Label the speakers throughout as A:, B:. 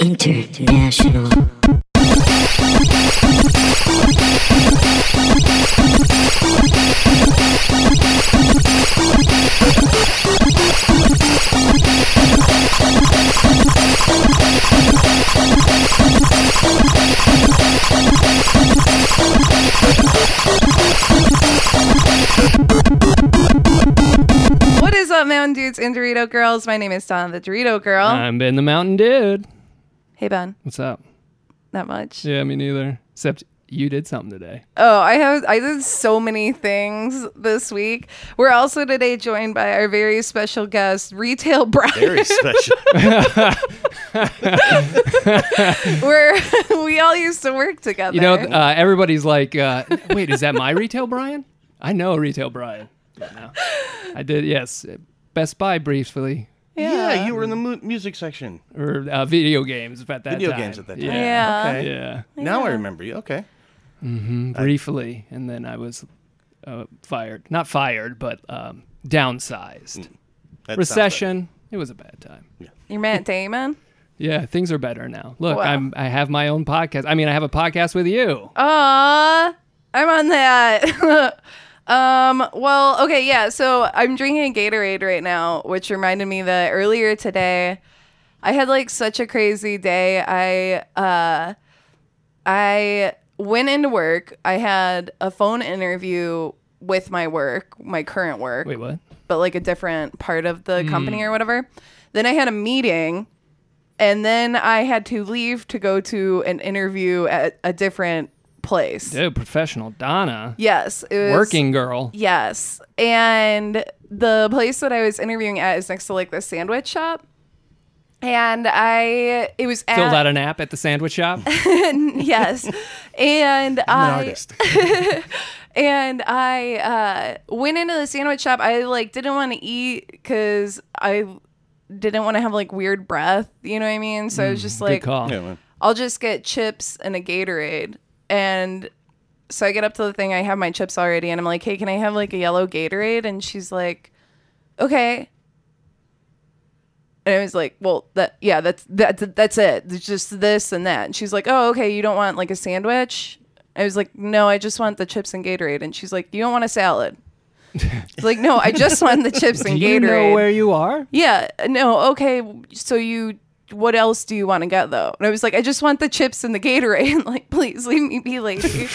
A: International.
B: What is up, Mountain Dudes and Dorito Girls? My name is Donna the Dorito Girl.
C: I'm Ben the Mountain Dude.
B: hey, Ben.
C: What's up?
B: Not much.
C: Yeah, me neither. Except you did something today.
B: Oh, I have I did so many things this week. We're also today joined by our very special guest, Retail Brian.
D: Very special.
B: Where we all used to work together.
C: You know, uh, everybody's like, uh, wait, is that my retail Brian? I know a retail Brian. But no. I did, yes. Best Buy briefly,
D: yeah. you were in the mu- music section.
C: or uh, video games at that
D: Video
C: time.
D: games at that time.
C: Yeah.
B: yeah.
D: Okay.
C: Yeah.
D: Now I remember you. Okay.
C: Briefly. And then I was uh, fired. Not fired, but um, downsized.
D: That Mm, sounds
C: Recession. It was a bad time.
B: You're Matt Damon?
C: Yeah, things are better now. Look,
B: Wow.
C: I'm I have my own podcast. I mean, I have a podcast with you.
B: Aw, I'm on that. um, well, okay, yeah. So I'm drinking Gatorade right now, which reminded me that earlier today I had like such a crazy day. I uh I went into work. I had a phone interview with my work, my current work
C: Wait, what?
B: but like a different part of the
D: Hmm.
B: company or whatever. Then I had a meeting and then I had to leave to go to an interview at a different place.
C: Dude, professional Donna,
B: Yes, it was
C: working girl.
B: Yes. And the place that I was interviewing at is next to like the sandwich shop. And I it was at
C: Filled out an app at the sandwich shop.
B: yes. And
D: Like. I'm an
B: I
D: artist.
B: and I uh, went into the sandwich shop. I like didn't want to eat because I didn't want to have like weird breath. You know what I mean? So I was just
C: Mm, Good
B: like,
C: call.
D: yeah, well,
B: I'll just get chips and a Gatorade. And so I get up to the thing. I have my chips already, and I'm like, hey, can I have like a yellow Gatorade? And she's like, okay. And I was like, well, that yeah, that's that's that's it. It's just this and that. And she's like, oh, okay, you don't want like a sandwich. I was like, no, I just want the chips and Gatorade. And she's like, you don't want a salad. It's like, no, I just want the chips and
C: Do
B: Gatorade.
C: you know where you are?
B: Yeah. No. Okay. So you, what else do you want to get though? And I was like, I just want the chips and the Gatorade. And like, please leave me be, lady.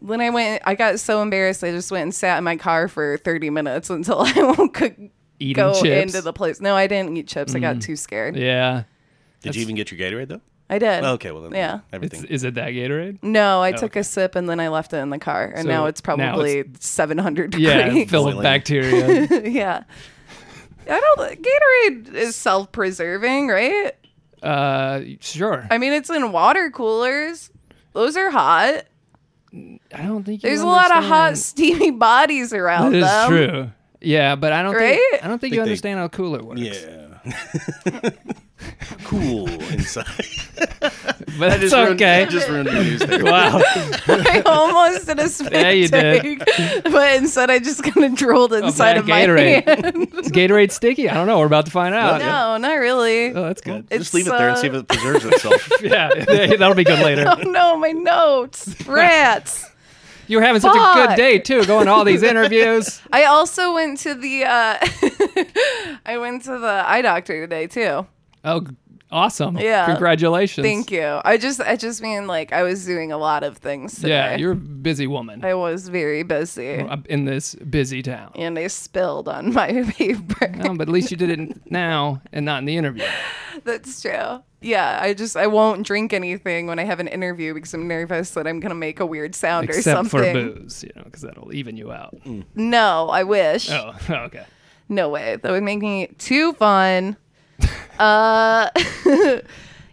B: then I went. I got so embarrassed. I just went and sat in my car for thirty minutes until I won't could
C: Eating
B: go
C: chips. Mm.
B: into the place. No, I didn't eat chips. I got too scared.
C: yeah.
D: Did you even get your Gatorade though?
B: I did.
D: Well, okay, well then.
B: Yeah.
C: It's,
D: Everything.
C: is it that Gatorade?
B: No, I took a sip and then I left it in the car, and
C: So
B: now it's
C: now
B: probably seven hundred
C: Yeah,
B: degrees.
C: filled with
D: Boiling.
C: bacteria.
B: yeah. I don't. Gatorade is self-preserving, right?
C: uh, sure. I,
B: I mean, it's in water coolers. Those are hot.
C: don't think you
B: There's a lot of hot,
C: understand.
B: steamy bodies around
C: That is
B: them.
C: true. Yeah, but I don't
B: Right?
C: think I don't think, you
D: they-
C: understand how cooler works.
D: yeah. cool inside.
C: but it's okay.
D: I just ruined the news there.
C: wow.
B: I almost did a spit
C: Yeah, you did.
B: take, but instead I just kind of drooled inside
C: bad
B: of my
C: Gatorade.
B: hand.
C: Is Gatorade sticky? I don't know. We're about to find out.
B: no, not really.
C: Oh, that's good.
D: Just leave it there and see if
B: uh,
D: it preserves itself.
C: yeah, that'll be good later.
B: Oh no, my notes, rats.
C: You were having such a
B: Fuck.
C: good day too, going to all these interviews.
B: I also went to the uh, I went to the eye doctor today too.
C: Oh, awesome!
B: Yeah.
C: congratulations.
B: Thank you. I just I just mean like I was doing a lot of things today.
C: Yeah, you're a busy woman
B: I was very busy.
C: up in this busy town.
B: and I spilled on my paper.
C: No, but at least you did it now and not in the interview.
B: That's true. Yeah, I just I won't drink anything when I have an interview because I'm nervous that I'm gonna make a weird sound or
C: Except
B: something. Mm.
C: for booze, you know, because that'll even you out.
B: No, I wish.
C: Oh, okay.
B: No way. That would make me too fun. uh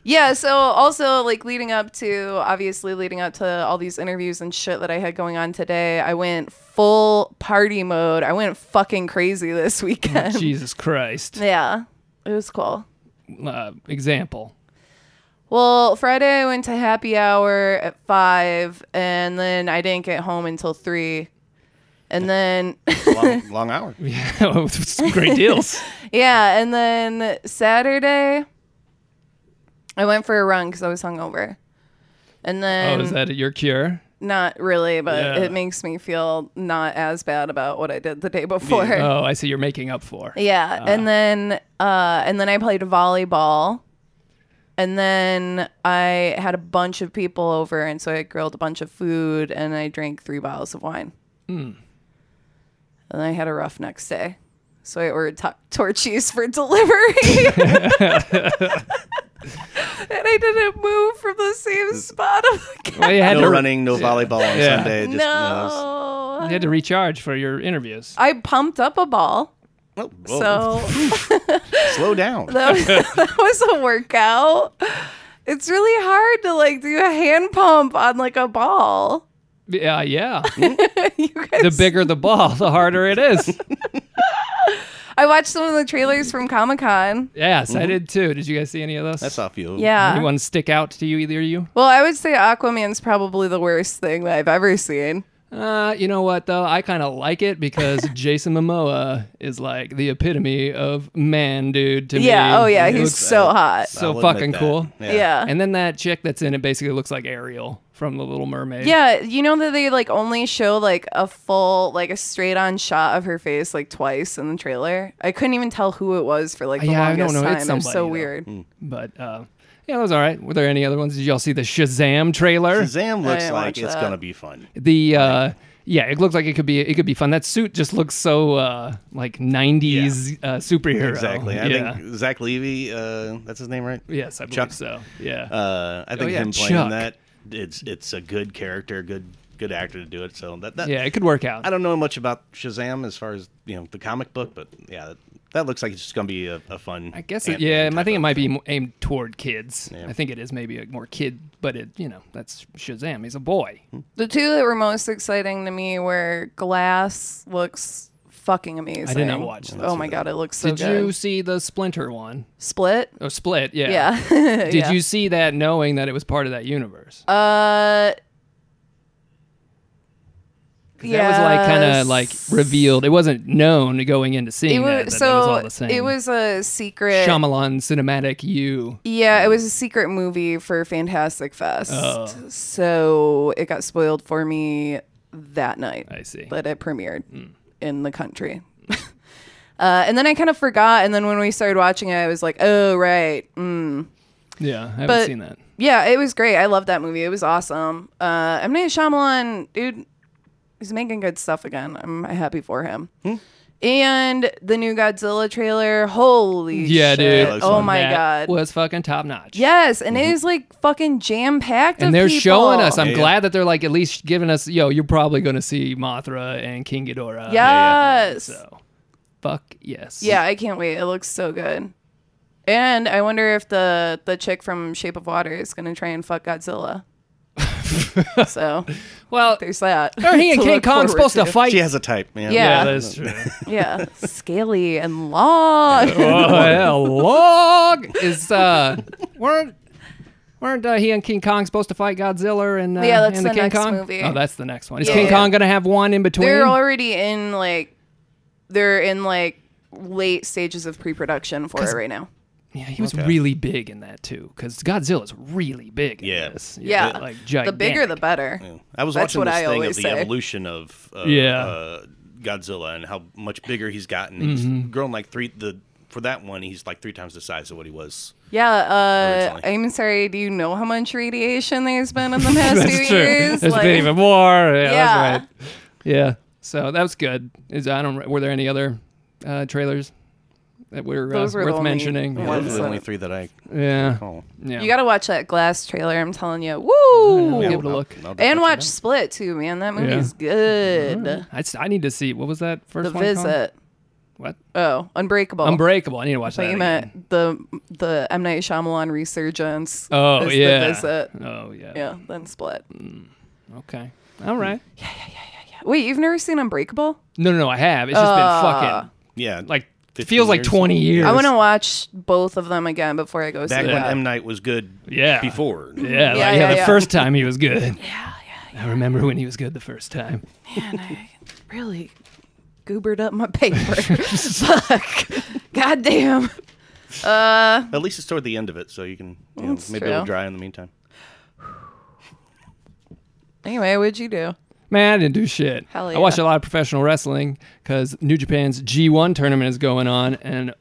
B: Yeah, so also like leading up to obviously leading up to all these interviews and shit that I had going on today, I went full party mode. I went fucking crazy this weekend.
C: Jesus Christ.
B: yeah. It was cool.
C: Uh, example.
B: Well, Friday I went to happy hour at five, and then I didn't get home until three. And then,
D: Long, long hour.
C: Yeah, some great deals.
B: yeah, and then Saturday I went for a run because I was hungover, and then
C: Oh, is that your cure?
B: not really, but
C: Yeah.
B: it makes me feel not as bad about what I did the day before. Yeah,
C: Oh, I see. You're making up for.
D: Ah.
B: and then uh, and then I played volleyball, and then I had a bunch of people over, and so I grilled a bunch of food, and I drank three bottles of wine.
D: Hmm.
B: And I had a rough next day, so I ordered to- torchies for delivery. and I didn't move from the same spot of the
C: Well, you had
D: No
C: to
D: running, no volleyball on
C: Yeah.
D: Sunday. Just, no.
B: no.
C: You had to recharge for your interviews.
B: I pumped up a ball.
D: Oh, whoa.
B: So
D: slow down.
B: that was, that was a workout. It's really hard to like do a hand pump on like a ball.
C: Yeah, uh, yeah.
B: you guys,
C: the bigger the ball, the harder it is.
B: I watched some of the trailers from Comic Con.
C: Yes, I did too. Did you guys see any of those?
D: Mm-hmm. That's off you.
B: Yeah.
C: Anyone stick out to you? Either of you?
B: Well, I would say Aquaman's probably the worst thing that I've ever seen.
C: Uh, you know what though? I kind of like it because Jason Momoa is like the epitome of man, dude. To me,
B: Yeah. Oh yeah,
C: He
B: he's
C: looks
B: so uh, hot.
C: so
D: I'll admit
C: fucking
D: that.
C: cool.
D: Yeah.
B: Yeah.
C: And then that chick that's in it basically looks like Ariel from The Little Mermaid.
B: Yeah, you know that they like only show like a full like a straight on shot of her face like twice in the trailer. I couldn't even tell who it was for like the
C: Yeah, I don't
B: longest
C: know.
B: time.
C: It's
B: it was
C: somebody,
B: so
C: though.
B: weird.
C: But uh, yeah, that was all right. Were there any other ones? Did y'all see the Shazam trailer?
D: Shazam looks
B: didn't
D: like
B: watch
D: it's
B: that.
D: gonna be fun.
C: The uh, yeah, it looks like it could be it could be fun. That suit just looks so uh, like '90s uh, superhero.
D: Exactly. I
C: yeah.
D: think Zach Levy. Uh, that's his name, right?
C: yes, I believe
D: Chuck.
C: so. Yeah.
D: Uh, I think
C: Oh, yeah,
D: him playing
C: Chuck.
D: that. It's it's a good character, good good actor to do it. So that, that
C: yeah, it could work out.
D: I don't know much about Shazam as far as you know the comic book, but yeah, that, that looks like it's just gonna be a, a fun.
C: I guess it,
D: Ant-Man
C: yeah, I
D: type
C: think it
D: of
C: might
D: thing.
C: be mo- aimed toward kids.
D: Yeah.
C: I think it is maybe a more kid, but it you know that's Shazam. He's a boy.
D: Mm-hmm.
B: The two that were most exciting to me were Glass looks fucking amazing.
C: not watch that.
B: Oh my god, it looks so
C: Did
B: good.
C: you see the Splinter one?
B: Split?
C: Oh, Split. Yeah.
B: Yeah.
C: Did you see that knowing that it was part of that universe?
B: Uh
C: 'Cause that was like kind
B: yes.
C: of like revealed. It wasn't known going into
B: it
C: seeing that,
B: was
C: but
B: so
C: it was all the same.
B: it was a secret
C: Shyamalan cinematic you.
B: Yeah, it was a secret movie for Fantastic Fest.
C: Oh.
B: So it got spoiled for me that night.
C: I see.
B: But it premiered in the country. uh, and then I kind of forgot. And then when we started watching it, I was like, oh, right. Mm.
C: yeah, I haven't
B: but-
C: seen that.
B: Yeah, it was great. I loved that movie. It was awesome. Uh, M. Night Shyamalan, dude, he's making good stuff again. I'm happy for him. And the new Godzilla trailer. Holy
C: Yeah,
B: shit.
C: dude.
B: Oh my
C: That
B: God.
C: was fucking top notch.
B: Yes, and it is like fucking jam packed.
C: and they're showing us. I'm
D: Yeah, yeah.
C: glad that they're like at least giving us. Yo, you're probably gonna see Mothra and King
B: yes.
C: Ghidorah.
B: Yeah,
C: So, fuck yes.
B: I can't wait. It looks so good. And I wonder if the the chick from Shape of Water is gonna try and fuck Godzilla. so
C: Well,
B: there's that.
C: are he and
B: to
C: King
B: look
C: Kong
B: forward
C: supposed to, fight?
D: She has a type, man.
B: Yeah.
C: Yeah, that's true.
B: Yeah, scaly and long.
C: oh, yeah, log is uh, weren't weren't uh, he and King Kong supposed to fight Godzilla and uh,
B: Yeah, that's
C: and the,
B: the
C: King
B: next
C: Kong?
B: movie.
C: Oh, that's the next one. Is
B: Yeah,
C: King
B: yeah.
C: Kong gonna have one in between?
B: they're already in like they're in like late stages of pre-production for it right now.
C: yeah, he was really big in that too, because Godzilla's really big. in
D: Yeah.
C: this.
B: Yeah,
C: like
B: the bigger the
C: gigantic.
B: better.
D: I was
B: That's
D: watching
B: what
D: this
B: I
D: thing of
B: always
D: the
B: say.
D: evolution of uh,
C: Yeah.
D: uh, Godzilla and how much bigger he's gotten.
C: Mm-hmm.
D: He's grown like three. The for that one, he's like three times the size of what he was.
B: Yeah, uh,
D: Originally.
B: I'm sorry. Do you know how much radiation there's been in the past few
C: That's true.
B: years?
C: There's been even more. Yeah,
B: Yeah.
C: That's right. yeah. So that was good. Is I don't were there any other uh, trailers that were, uh,
B: Those were the
C: worth
B: only
C: mentioning?
B: ones.
D: Those are the
B: so-
D: only three that I.
C: Yeah.
D: Oh,
C: Yeah.
B: You got to watch that Glass trailer. I'm telling you. Woo!
C: Yeah. Give it a look.
B: And
D: definitely
B: watch
D: check
B: Split too, man. That movie's good.
C: I, s- I need to see what was that
B: The
C: first one? called?
B: Visit.
C: What?
B: Oh, Unbreakable.
C: Unbreakable. I need to watch
B: But
C: that.
B: you
C: again.
B: meant the the M Night Shyamalan resurgence.
C: Oh
B: is
C: yeah.
B: The Visit.
C: Oh yeah.
B: Yeah. Hmm. Then Split.
C: Okay. All right.
B: Wait, you've never seen Unbreakable?
C: No, no, no. I have. It's just been fucking
D: out. Yeah,
C: like
D: 15
C: feels like
D: years.
C: twenty years.
B: Uh, I want to watch both of them again before I go see
D: back when
B: that.
D: M Night was good.
C: Yeah.
D: Before.
C: Yeah, like,
B: Yeah,
C: yeah,
B: yeah,
C: The
B: yeah.
C: first time he was good. Yeah, yeah, yeah. I remember when he was good the first time.
B: Man, I really goobered up my paper. Fuck. God damn.
D: At least it's toward the end of it, so you can you know,
B: That's
D: maybe it'll
B: true.
D: dry in the meantime.
B: Anyway, what'd you do?
C: Man, I didn't do shit.
B: Hell
C: I watched
B: yeah.
C: a lot of professional wrestling because New Japan's G1 tournament is going on, and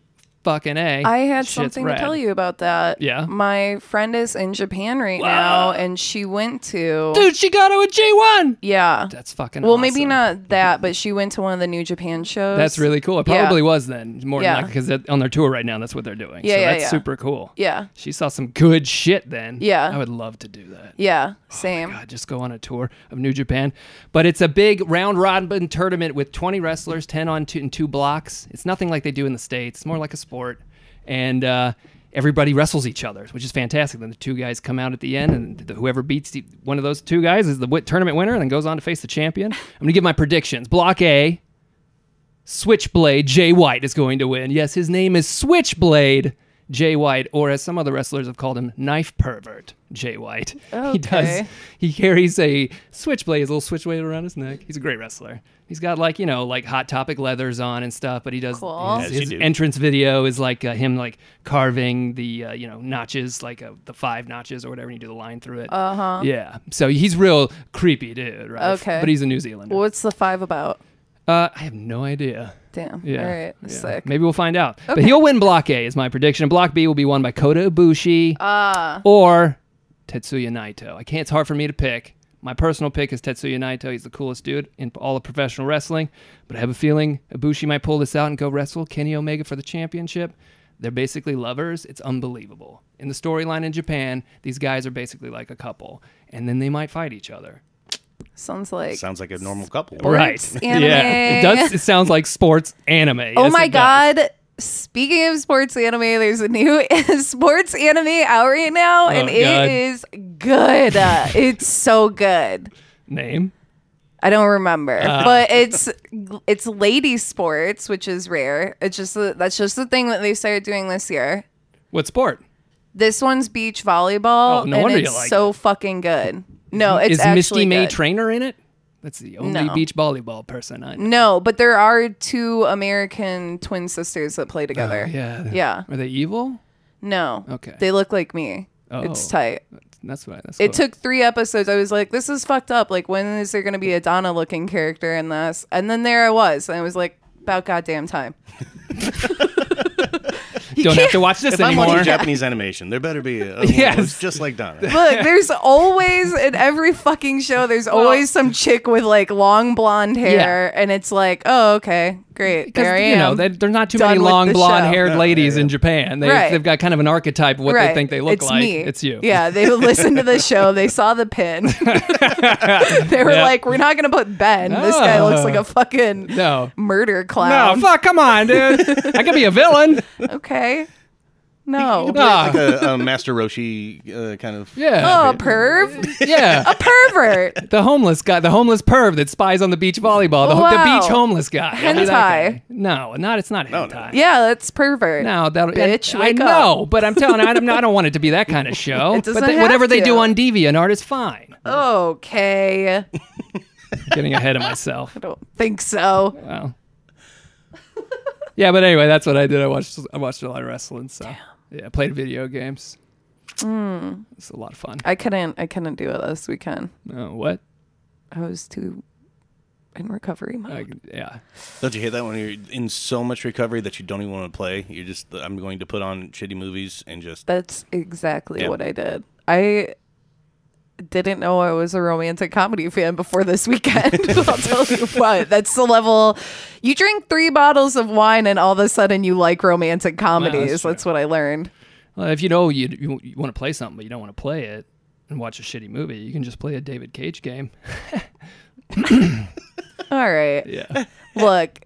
C: fucking a.
B: I had
C: shit's
B: something
C: rad.
B: to tell you about that.
C: Yeah?
B: My friend is in Japan right now and she went to
C: dude. She got to a G1.
B: Yeah.
C: That's fucking.
B: Well, maybe
C: awesome.
B: not that, but she went to one of the New Japan shows.
C: That's really cool. It
B: Yeah.
C: probably was then more
B: Yeah.
C: than because they're on their tour right now, that's what they're doing.
B: Yeah,
C: so
B: yeah,
C: that's
B: yeah.
C: super cool.
B: Yeah.
C: She saw some good shit then.
B: Yeah.
C: I would love to do that.
B: Yeah. Same.
C: Oh God, just go on a tour of New Japan. But it's a big round robin tournament with 20 wrestlers, 10 on two, in two blocks. It's nothing like they do in the States, it's more like a sport. And uh, everybody wrestles each other, which is fantastic. Then the two guys come out at the end, and the, whoever beats the, one of those two guys is the w- tournament winner and then goes on to face the champion. I'm going to give my predictions. Block A. Switchblade Jay White is going to win. Yes, his name is Switchblade Jay White, or as some other wrestlers have called him, Knife Pervert Jay White. He does.
B: Okay.
C: He carries a switchblade, his little switchblade around his neck. He's a great wrestler. He's got like you know like hot topic leathers on and stuff, but he does
B: Cool.
C: his,
D: As you
C: his
D: do.
C: entrance video is like uh, him like carving the uh, you know notches like uh, the five notches or whatever, and you do the line through it. Uh huh. Yeah. So he's real creepy dude, right?
B: Uh-huh. Okay.
C: But he's a New Zealander.
B: What's the five about?
C: Uh, I have no idea.
B: Damn.
C: Yeah.
B: All right.
C: yeah.
B: Sick.
C: Maybe we'll find out. But he'll win Block A, is my prediction. And Block B will be won by Kota Ibushi
B: Ah.
C: or Tetsuya Naito. I can't. It's hard for me to pick. My personal pick is Tetsuya Naito. He's the coolest dude in all of professional wrestling. But I have a feeling Ibushi might pull this out and go wrestle Kenny Omega for the championship. They're basically lovers. It's unbelievable. In the storyline in Japan, these guys are basically like a couple, and then they might fight each other.
B: Sounds like.
D: Sounds like a normal couple.
C: right? Yeah. It
B: anime.
C: does. It sounds like sports anime.
B: oh
C: Yes,
B: my
C: it does.
B: god. Speaking of sports anime, there's a new sports anime out right now, and
C: Oh, God.
B: it is good. Uh, it's so good.
C: Name.
B: I don't remember,
C: Uh.
B: but it's it's lady sports, which is rare. It's just the- that's just the thing that they started doing this year.
C: What sport?
B: This one's beach volleyball,
C: Oh, no
B: and
C: wonder you
B: it's
C: like
B: so fucking good. No, it's
C: Is
B: actually
C: Misty May
B: good.
C: Trainer in it? That's the only
B: No.
C: beach volleyball person I know.
B: no, but there are two American twin sisters that play together.
C: Oh, Yeah.
B: Yeah.
C: Are they evil?
B: No.
C: Okay.
B: They look like me. It's
C: Oh.
B: tight.
C: That's what. That's
B: It
C: what-
B: took three episodes. I was like, this is fucked up. Like, when is there going to be a Donna looking character in this? And then there I was. And I was like, about goddamn time. You
C: Don't have
B: can't-
C: to watch this
D: If I'm watching
C: anymore.
D: Japanese animation, there better be a, a
C: Yes.
D: yes. just like Donna.
B: Look, there's always in every fucking show, there's always some chick with like long blonde hair, and it's like, oh, okay, great, there I
C: Because you
B: am.
C: know, they, there's not too
B: Done
C: many
B: with
C: long
B: the show.
C: blonde-haired
D: No,
C: ladies
D: yeah, yeah.
C: in Japan. They,
B: Right.
C: They've got kind of an archetype of what
B: right.
C: they think they look
B: it's
C: like.
B: Me.
C: It's you.
B: Yeah, they listened to the show, they saw the pin. they were
C: Yeah.
B: like, we're not gonna put Ben. This guy looks
C: Ah.
B: like a fucking
C: No.
B: murder
C: No,
B: clown.
C: fuck, come on, dude. I could be a villain.
B: okay, no.
C: Ah,
D: a, a Master Roshi uh, kind of.
B: Oh,
C: yeah.
B: a perv,
C: yeah.
B: a pervert.
C: The homeless guy, the homeless perv that spies on the beach volleyball, the, ho- the
B: Wow.
C: beach homeless guy. I'll be that
B: Hentai.
C: guy. No, not it's not
D: No,
C: hentai.
D: no.
B: Yeah, that's pervert.
C: No, that
B: Bitch,
C: I,
B: wake
C: I know, but I'm telling you, I don't, I don't want it to be that kind of show.
B: It doesn't
C: but they-
B: have
C: whatever they do
B: to.
C: on DeviantArt is fine.
B: Okay,
C: Getting ahead of myself.
B: I don't think so.
C: Wow. Yeah, but anyway, that's what I did. I watched I watched a lot of wrestling. So yeah, I played video games.
B: Hmm.
C: It's a lot of fun.
B: I couldn't. I couldn't do it this weekend.
C: Oh, what?
B: I was too in recovery mode.
C: I, yeah.
D: Don't you hate that when you're in so much recovery that you don't even want to play? You're just I'm going to put on shitty movies and just.
B: That's exactly
D: Yeah.
B: what I did. I didn't know I was a romantic comedy fan before this weekend. I'll tell you what. That's the level. You drink three bottles of wine, and all of a sudden you like romantic comedies. that's,
C: true.
B: what I learned.
C: Well, if you know you you, you want to play something, but you don't want to play it and watch a shitty movie, you can just play a David Cage game.
B: All right.
C: Yeah.
B: Look.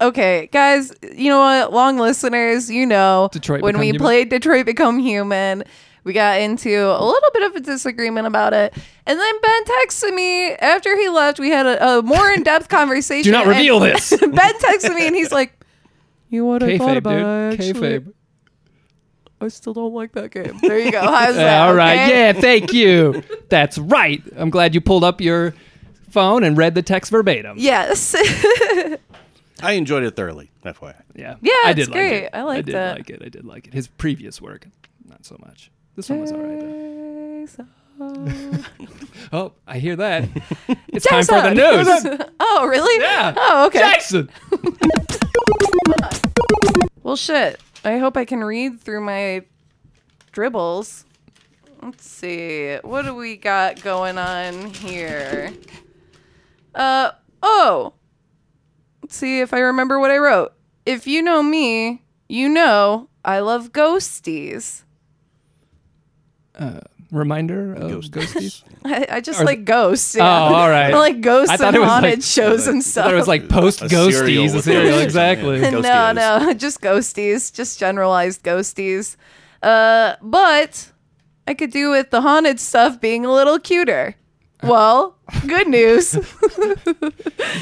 B: Okay, guys, you know what? Long listeners, you know,
C: Detroit
B: when
C: Become
B: we
C: Human.
B: played Detroit Become Human, we got into a little bit of a disagreement about it. And then Ben texted me after he left. We had a, a more in depth conversation.
C: do not
B: and-
C: reveal this.
B: ben texted me and he's like, You know what I thought
C: Kayfabe,
B: about it,
C: dude.
B: actually,
C: Kayfabe.
B: I still don't like that game. There you go. How's that?
C: Yeah, all right.
B: okay?
C: Yeah, thank you. That's right. I'm glad you pulled up your phone and read the text verbatim.
B: Yes.
D: I enjoyed it thoroughly. FYI.
C: Yeah.
B: Yeah,
C: I
B: it's
C: did
B: great.
C: like it.
B: I liked
C: did
B: it.
C: like it. I did like it. His previous work, not so much. This one was all right. Though. Oh, I hear that. It's time for the news.
B: oh, really?
C: Yeah.
B: Oh, okay.
C: Jackson.
B: Well, shit. I hope I can read through my dribbles. Let's see. What do we got going on here? Uh, oh. Let's see if I remember what I wrote. If you know me, you know I love ghosties.
C: Reminder of
D: Ghost-
C: ghosties.
B: I, I just
C: Are-
B: like ghosts.
C: Oh,
B: Yeah.
C: all right.
B: I like ghosts
C: I thought
B: and
C: it was
B: haunted
C: like-
B: shows and
C: I
B: stuff.
C: thought it was like post
D: cereal
C: ghosties. A
D: with
C: cereal,
D: ghosts.
C: exactly.
D: Yeah.
B: no,
D: Ghosties.
B: no, just ghosties, just generalized ghosties. Uh, but I could do with the haunted stuff being a little cuter. Well, good news.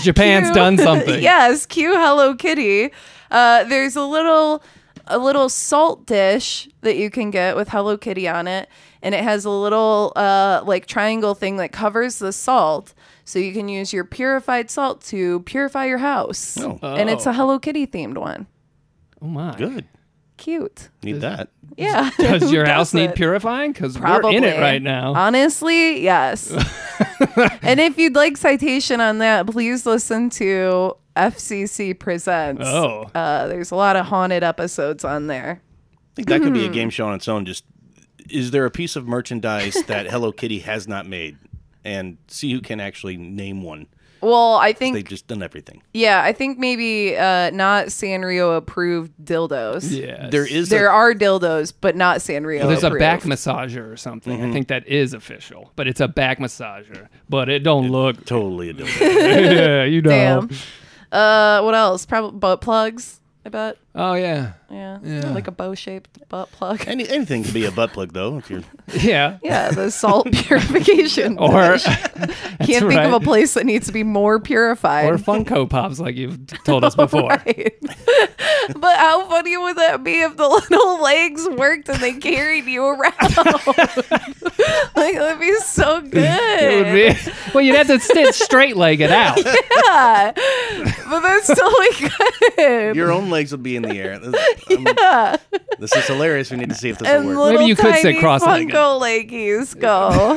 C: Japan's
B: Q-
C: done something.
B: yes, cue Hello Kitty. Uh, there's a little a little salt dish that you can get with Hello Kitty on it, and it has a little uh, like triangle thing that covers the salt, so you can use your purified salt to purify your house.
D: Oh.
B: And it's
C: Oh.
B: a Hello Kitty themed one.
C: Oh my.
D: Good.
B: Cute.
D: Need that.
B: Yeah.
C: Does your
B: Who
C: house
B: doesn't?
C: need purifying? Because we're in it right now.
B: Honestly, yes. and if you'd like citation on that, please listen to FCC Presents.
C: Oh.
B: Uh, there's a lot of haunted episodes on there.
D: I think that could
B: Mm-hmm.
D: be a game show on its own. Just is there a piece of merchandise that Hello Kitty has not made, and see who can actually name one.
B: Well, I think,
D: They've just done everything.
B: yeah, I think maybe uh, not Sanrio approved dildos.
C: Yes.
D: There is
B: There
D: a,
B: are dildos, but not Sanrio
C: Well, there's a
B: approved.
C: back massager or something. I think that is official, but it's a back massager. But it don't look.
D: totally a dildo.
C: yeah, you know.
B: Damn. Uh, what else? Probably butt plugs, I bet.
C: Oh yeah,
B: Yeah.
C: Yeah.
B: Like a bow shaped butt plug.
D: Any, anything could be a butt plug though. If you're
C: yeah.
B: Yeah, the salt purification.
C: Or
B: Can't think of a
C: right.
B: place that needs to be more purified.
C: or Funko Pops, like you've told us before.
B: Right. but how funny would that be if the little legs worked and they carried you around? like that'd be so good.
C: It would be, well, you'd have to sit straight legged out.
B: Yeah. But that's totally good.
D: your own legs would be in the air. This, I'm- this is hilarious. We need to see if this
B: and
D: will work.
B: little
C: Maybe you could
B: tiny
C: sit cross-legged.
B: Funko leggies go.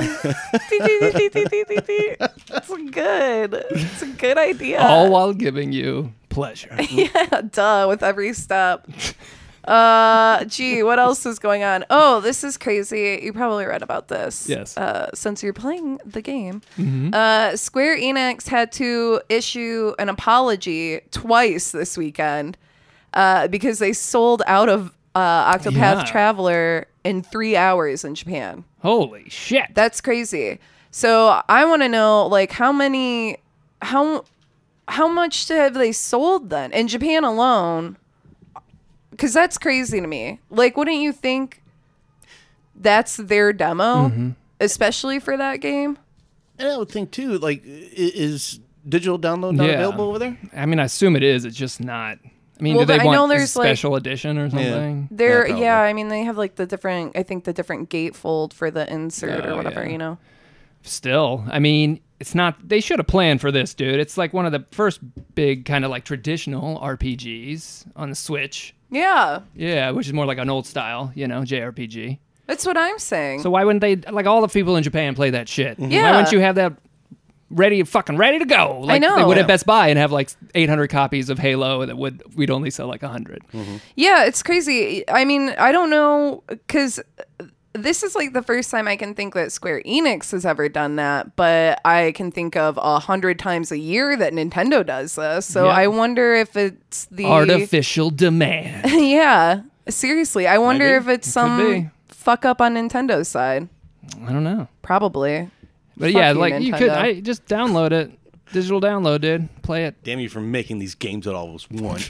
B: Dee, dee, dee, dee, dee, dee, dee. it's good. It's a good idea.
C: all while giving you pleasure.
B: yeah, duh, with every step. Uh, gee, what else is going on? Oh, this is crazy. You probably read about this.
C: Yes. Mm-hmm.
B: Uh, since you're playing the game, uh, Square Enix had to issue an apology twice this weekend uh, because they sold out of uh, Octopath
C: Yeah.
B: Traveler in three hours in Japan.
C: Holy shit.
B: That's crazy. So I want to know, like, how many, how, how much have they sold then in Japan alone? Because that's crazy to me. Like, wouldn't you think that's their demo,
C: Mm-hmm.
B: especially for that game?
D: And I would think too. Like, i- is digital download not
C: Yeah.
D: available over there?
C: I mean, I assume it is. It's just not. I mean,
B: Well,
C: do they
B: I
C: want
B: know
C: a
B: there's, like-
C: special edition or something?
B: They're
D: probably.
B: yeah. I mean, they have like the different. I think the different gatefold for the insert
C: Oh,
B: or whatever.
C: yeah.
B: You know.
C: Still, I mean, it's not. They should have planned for this, dude. It's like one of the first big kind of like traditional RPGs on the Switch.
B: Yeah,
C: Yeah, which is more like an old style, you know, JRPG.
B: that's what I'm saying.
C: So why wouldn't they? Like all the people in Japan play that shit.
B: Mm-hmm. Yeah.
C: Why wouldn't you have that ready, fucking ready to go? Like They
B: know.
C: would at Best Buy and have like 800 copies of Halo that would we'd only sell like 100.
B: Mm-hmm. Yeah, it's crazy. I mean, I don't know because this is like the first time I can think that Square Enix has ever done that, but I can think of a hundred times a year that Nintendo does this. So
C: Yeah.
B: I wonder if it's the
C: Artificial demand.
B: yeah, seriously, I wonder
D: Maybe.
B: if it's
C: be.
B: some fuck up on Nintendo's side.
C: I don't know.
B: Probably.
C: But
B: Fuck
C: yeah,
B: you,
C: like you could
B: Nintendo.
C: I just download it. Digital download, dude. Play it.
D: Damn you for making these games that all was one.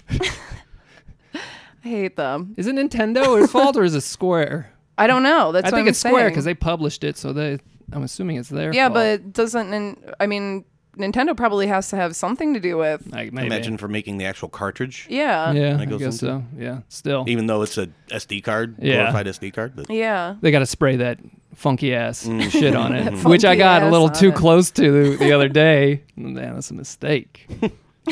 B: I hate them.
C: Is it Nintendo or fault or is it Square?
B: I don't know. That's
C: I
B: what
C: think
B: I'm
C: it's Square
B: saying.
C: because they published it, so they. I'm assuming it's their.
B: yeah,
C: fault.
B: but doesn't nin- I mean Nintendo probably has to have something to do with
C: like,
D: I
C: maybe.
D: Imagine for making the actual cartridge.
B: yeah
C: Yeah, I
D: goes E-
C: guess so. Yeah, still
D: Even though it's a SD card,
C: Yeah.
D: glorified SD card. But
B: yeah.
C: they got to spray that funky ass
D: Mm.
C: shit on it, which I
B: funky
C: got a
B: ass
C: little
B: on
C: too
B: it.
C: close to the, the other day. Man, that's a mistake.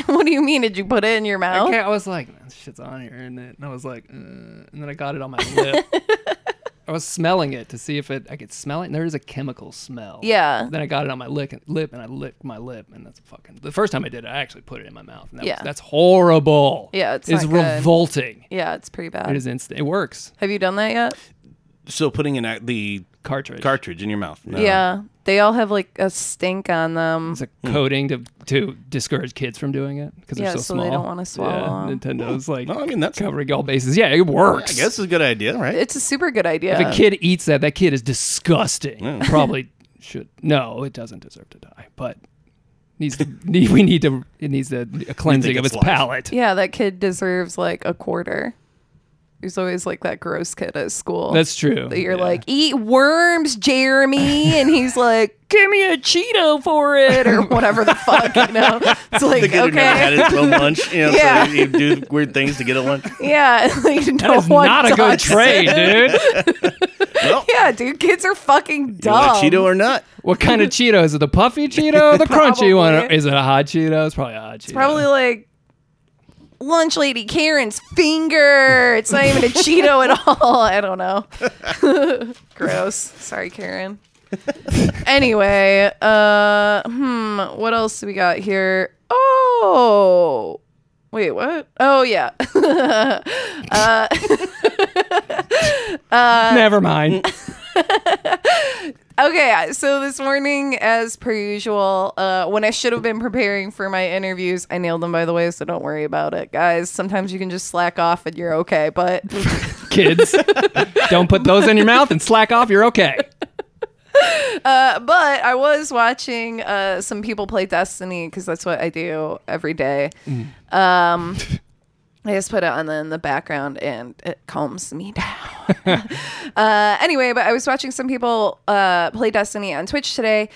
B: what do you mean? Did you put it in your mouth?
C: Okay, I was like, "This shit's on here, isn't it? And I was like, uh, and then I got it on my lip. I was smelling it to see if it, I could smell it, and there is a chemical smell.
B: Yeah.
C: Then I got it on my lick, lip, and I licked my lip, and that's fucking. The first time I did it, I actually put it in my mouth. And that was-
B: Yeah.
C: that's horrible.
B: Yeah, it's
C: it's
B: not good.
C: revolting.
B: Yeah, it's pretty bad.
C: It is Uh, instant. It works.
B: Have you done that yet?
D: So putting in a- the
C: Cartridge.
D: cartridge in your mouth. No.
B: Yeah. They all have like a stink on them.
C: It's a
D: Hmm.
C: coating to to discourage kids from doing it because
B: Yeah,
C: they're so,
B: so
C: small.
B: they don't wanna swallow
C: Yeah,
B: 'em.
C: Nintendo's like
D: No, I mean that's. I
C: covering all bases. Yeah, it works.
D: guess it's a good idea, right?
B: It's a super good idea.
C: If a kid eats that, that kid is disgusting. Probably should. No, it doesn't deserve to die. But needs to, need, we need to. It needs a, a cleansing of
D: it's
C: its
D: life.
C: palate.
B: yeah, that kid deserves like a quarter. He's always like that gross kid at school.
C: That's true.
B: that you're
C: Yeah.
B: like, eat worms, Jeremy. And he's like, give me a Cheeto for it or whatever the fuck, you know? It's like,
D: the kid who never had
B: okay.
D: his own lunch. You know,
B: Yeah.
D: So you do weird things to get a lunch.
B: Yeah. Like, no
C: That is
B: one
C: not a good
B: does
C: trade,
B: it.
C: dude.
D: Well,
B: Yeah, dude, kids are fucking
D: you want
B: dumb.
D: a Cheeto or not?
C: What kind of Cheeto is it? The puffy Cheeto, or the crunchy one? Or
B: Probably.
C: Is it a hot Cheeto? It's probably a hot Cheeto.
B: Probably like lunch lady Karen's finger. It's not even a Cheeto at all. I don't know. Gross. Sorry, Karen. anyway, uh hmm, what else do we got here? Oh. Wait, what? Oh yeah.
C: Never mind.
B: Okay, I- so this morning, as per usual, uh, when I should have been preparing for my interviews, I nailed them, by the way, so don't worry about it, guys. Sometimes you can just slack off and you're okay, but
C: Kids, don't put those in your mouth and slack off. You're okay.
B: but I was watching uh, some people play Destiny because that's what I do every day. Um, I just put it on in the background and it calms me down. uh, anyway, but I was watching some people uh, play Destiny on Twitch today,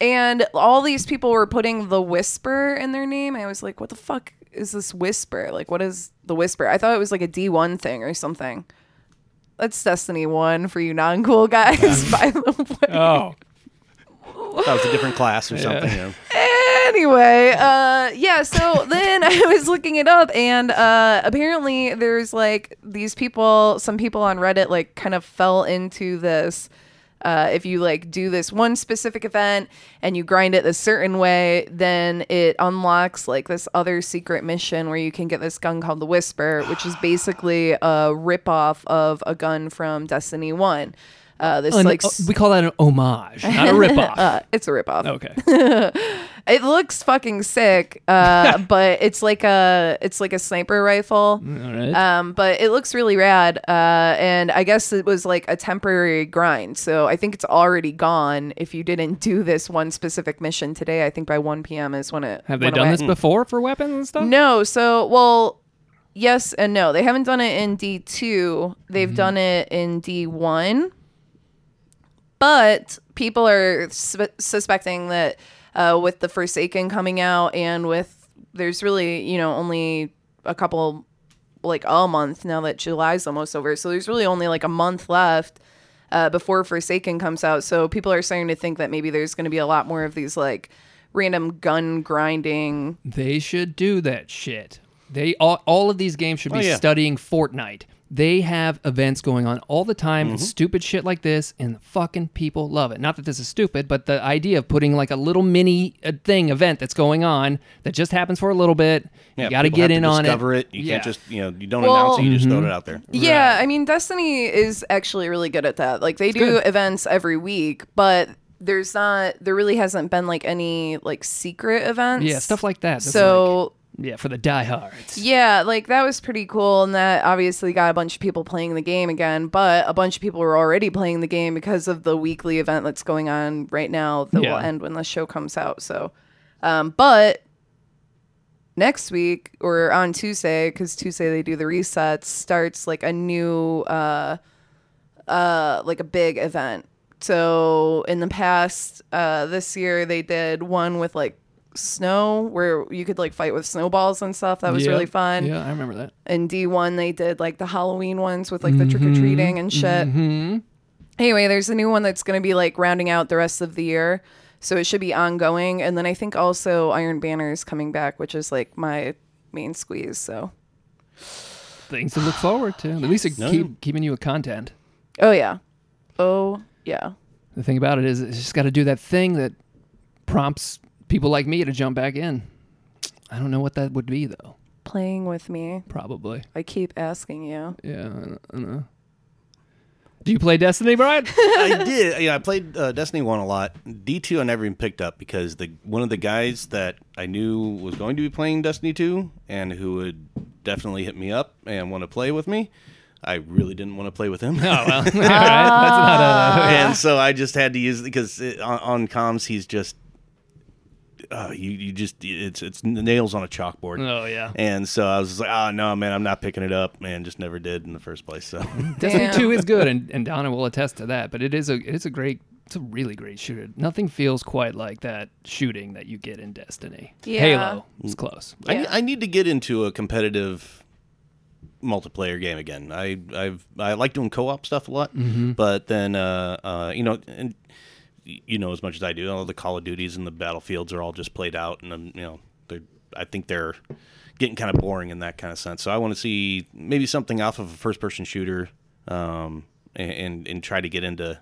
B: and all these people were putting the Whisper in their name. I was like, what the fuck is this Whisper? Like, what is the Whisper? I thought it was like a D1 thing or something. That's Destiny 1 for you non cool guys, by the way.
C: Oh,
D: That was a different class or something. you know.
B: anyway, uh, yeah. So then I was looking it up, and uh, apparently there's like these people, some people on Reddit, like kind of fell into this. Uh, if you like do this one specific event and you grind it a certain way, then it unlocks like this other secret mission where you can get this gun called the Whisper, which is basically a ripoff of a gun from Destiny One. Uh, this
C: An-
B: like
C: oh,
B: s-
C: we Oh, call that an homage, not a ripoff.
B: uh, it's a ripoff.
C: okay.
B: It looks fucking sick, uh, but it's like a it's like a sniper rifle.
C: Mm, All right.
B: Um, but it looks really rad, uh, and I guess it was like a temporary grind. So I think it's already gone. If you didn't do this one specific mission today, I think by one p.m. is when it
C: Have they
B: went
C: done
B: away.
C: this before for weapons and stuff?
B: No. So, well, yes and no. They haven't done it in D2. They've done it in D1. But people are sp- suspecting that uh, with the Forsaken coming out and with there's really, you know, only a couple like a month now that July's almost over. So there's really only like a month left uh, before Forsaken comes out. So people are starting to think that maybe there's going to be a lot more of these like random gun grinding
C: They should do that shit. They all, all of these games should be
D: Oh, yeah.
C: studying Fortnite. They have events going on all the time,
D: Mm-hmm.
C: and stupid shit like this, and the fucking people love it. Not that this is stupid, but the idea of putting like a little mini uh, thing event that's going on that just happens for a little bit. you got to
D: people
C: get
D: have
C: in on
D: discover
C: it.
D: it. You can't
C: Yeah. Mm-hmm.
D: just you know you don't
B: Well-
D: announce it. You just throw it out there.
B: Yeah, I mean, Destiny is actually really good at that. Like they do events every week, but there's not there really hasn't been like any like secret events.
C: Yeah, stuff like that. That's
B: so.
C: like- yeah, for the diehards.
B: yeah, like that was pretty cool, and that obviously got a bunch of people playing the game again. But a bunch of people were already playing the game because of the weekly event that's going on right now that
C: Yeah.
B: will end when the show comes out. So, um, but next week or on Tuesday, because Tuesday they do the resets, starts like a new, uh, uh, like a big event. So in the past, uh, this year they did one with like snow where you could like fight with snowballs and stuff. That was
C: Yeah.
B: really fun.
C: Yeah, I remember that.
B: And D1, they did like the Halloween ones with like the trick or
C: Mm-hmm.
B: treating and shit. Anyway, there's a new one that's going to be like rounding out the rest of the year. So it should be ongoing. And then I think also Iron Banner is coming back, which is like my main squeeze. So,
C: Things to look forward to. At least it
D: No, you-
C: keep keeping you with content.
B: oh, yeah. Oh, yeah.
C: The thing about it is, it's just got to do that thing that prompts people like me to jump back in. I don't know what that would be though.
B: Playing with me.
C: Probably.
B: I keep asking you.
C: Yeah. I don't- I don't know. Do you play Destiny, Brian?
D: I did. Yeah, I played uh, Destiny One a lot. D two I never even picked up because the one of the guys that I knew was going to be playing Destiny two and who would definitely hit me up and want to play with me. I really didn't want to play with him.
C: oh well. All right. That's not
B: Ah.
C: a.
D: and so I just had to use because it, on, on comms he's just uh, you you just it's it's nails on a chalkboard.
C: Oh yeah.
D: And so I was just like, oh no, man, I'm not picking it up, man. Just never did in the first place. So
C: Destiny
B: Damn.
C: Two is good, and, and Donna will attest to that. But it is a it's a great it's a really great shooter. Nothing feels quite like that shooting that you get in Destiny.
B: Yeah.
C: Halo is close.
B: Yeah.
D: I, I need to get into a competitive multiplayer game again. I I've I like doing co-op stuff a lot, but then uh, uh, you know and y- you know as much as I do, all the Call of Duties and the Battlefields are all just played out, and um, you know they're I think they're getting kind of boring in that kind of sense. So I want to see maybe something off of a first-person shooter, um, and, and and try to get into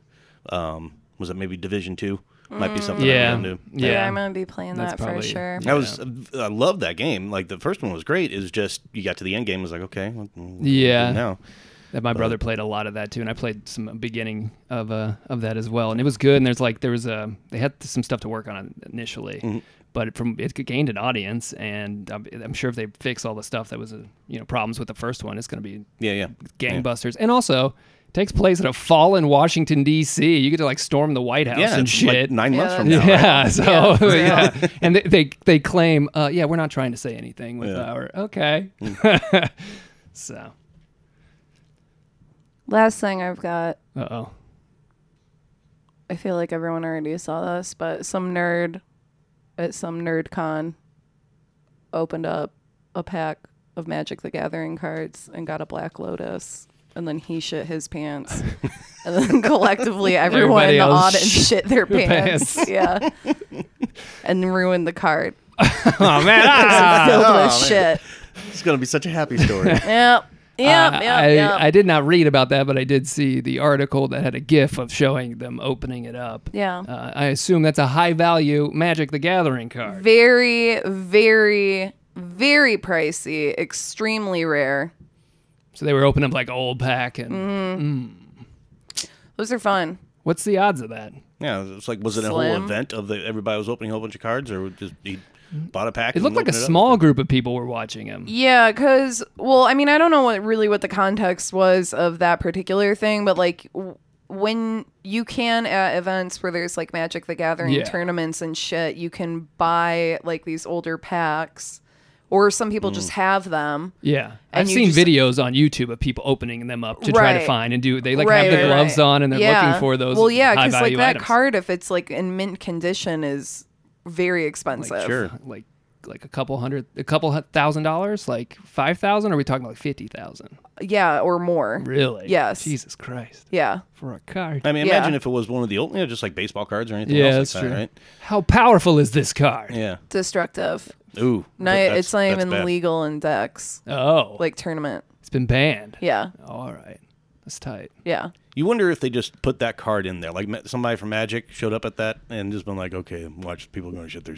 D: um, was it maybe Division Two? Might be something
C: Yeah.
D: I'm into.
C: Yeah.
B: Yeah, I'm going to be playing
C: That's
B: that for
C: probably-
B: sure.
D: I was uh, I love that game. Like the first one was great. It was just you got to the end game. It was like okay, well,
C: Yeah.
D: now
C: That my
D: Uh,
C: brother played a lot of that too, and I played some beginning of uh of that as well, and it was good. And there's like there was a they had some stuff to work on initially,
D: Mm-hmm.
C: but it, from it gained an audience, and I'm, I'm sure if they fix all the stuff that was uh, you know problems with the first one, it's going to be
D: yeah yeah
C: gangbusters. And also it takes place at a fallen Washington D.C. You get to like storm the White House
D: yeah
C: and
D: it's like
C: shit.
D: nine months
B: Yeah,
D: from now. right?
C: yeah, so yeah,
B: Yeah.
C: and they, they they claim, uh, yeah, we're not trying to say anything with
D: Yeah. Mm.
C: our okay. so,
B: Last thing I've got
C: uh oh,
B: I feel like everyone already saw this, but some nerd at some nerd con opened up a pack of Magic the Gathering cards and got a Black Lotus. And then he shit his pants. and then collectively, everyone in
C: Everybody
B: the
C: else
B: audit
C: shit
B: shit their
C: their
B: pants.
C: pants.
B: Yeah. and ruined the card.
C: oh man, ah!
B: filled
D: oh,
B: with
D: man.
B: shit.
D: it's gonna be such a happy story.
B: Yep. Yep.
C: Uh,
B: yep.
C: I,
B: yep.
C: I did not read about that, but I did see the article that had a GIF of showing them opening it up.
B: yeah.
C: Uh, I assume that's a high value Magic the Gathering card.
B: very, very, very pricey. Extremely rare.
C: So they were opening up like old pack. And
B: Mm-hmm. Those are fun.
C: what's the odds of that?
D: yeah, it's like was it a
B: Slim.
D: whole event of the everybody was opening a whole bunch of cards or just he bought a
C: It
D: pack? and
C: looked like a
D: opened it up?
C: small group of people were watching him.
B: Yeah, because well, I mean, I don't know what really what the context was of that particular thing, but like w- when you can at events where there's like Magic the Gathering
C: Yeah.
B: tournaments and shit, you can buy like these older packs, or some
C: Mm.
B: people just have them.
C: Yeah,
B: And
C: I've
B: you
C: seen
B: just-
C: videos on YouTube of people opening them up to try to
B: Right.
C: find and do. They like have
B: Right,
C: the
B: right,
C: gloves
B: right.
C: on and they're
B: Yeah.
C: looking for those.
B: Well, yeah,
C: high
B: because like
C: value
B: that
C: items.
B: card, if it's like in mint condition, is very expensive.
C: like,
D: sure.
C: like like a couple hundred, a couple hu- thousand dollars, like five thousand. Are we talking like fifty thousand?
B: Yeah, or more.
C: Really?
B: Yes.
C: Jesus Christ,
B: Yeah.
C: for a card.
D: I mean,
B: Yeah.
D: imagine if it was one of the old, you know, just like baseball cards or anything
C: Yeah,
D: else
C: that's
D: like
C: true.
D: that, right?
C: How powerful is this card?
D: Yeah.
B: Destructive.
D: Ooh.
B: No,
D: th- that's-
B: it's not
D: that's
B: even
D: bad.
B: legal in decks,
C: Oh,
B: like tournament.
C: it's been banned.
B: Yeah.
C: All right, that's tight.
B: Yeah.
D: You wonder if they just put that card in there, like ma- somebody from Magic showed up at that and just been like, okay, watch people going to shit their.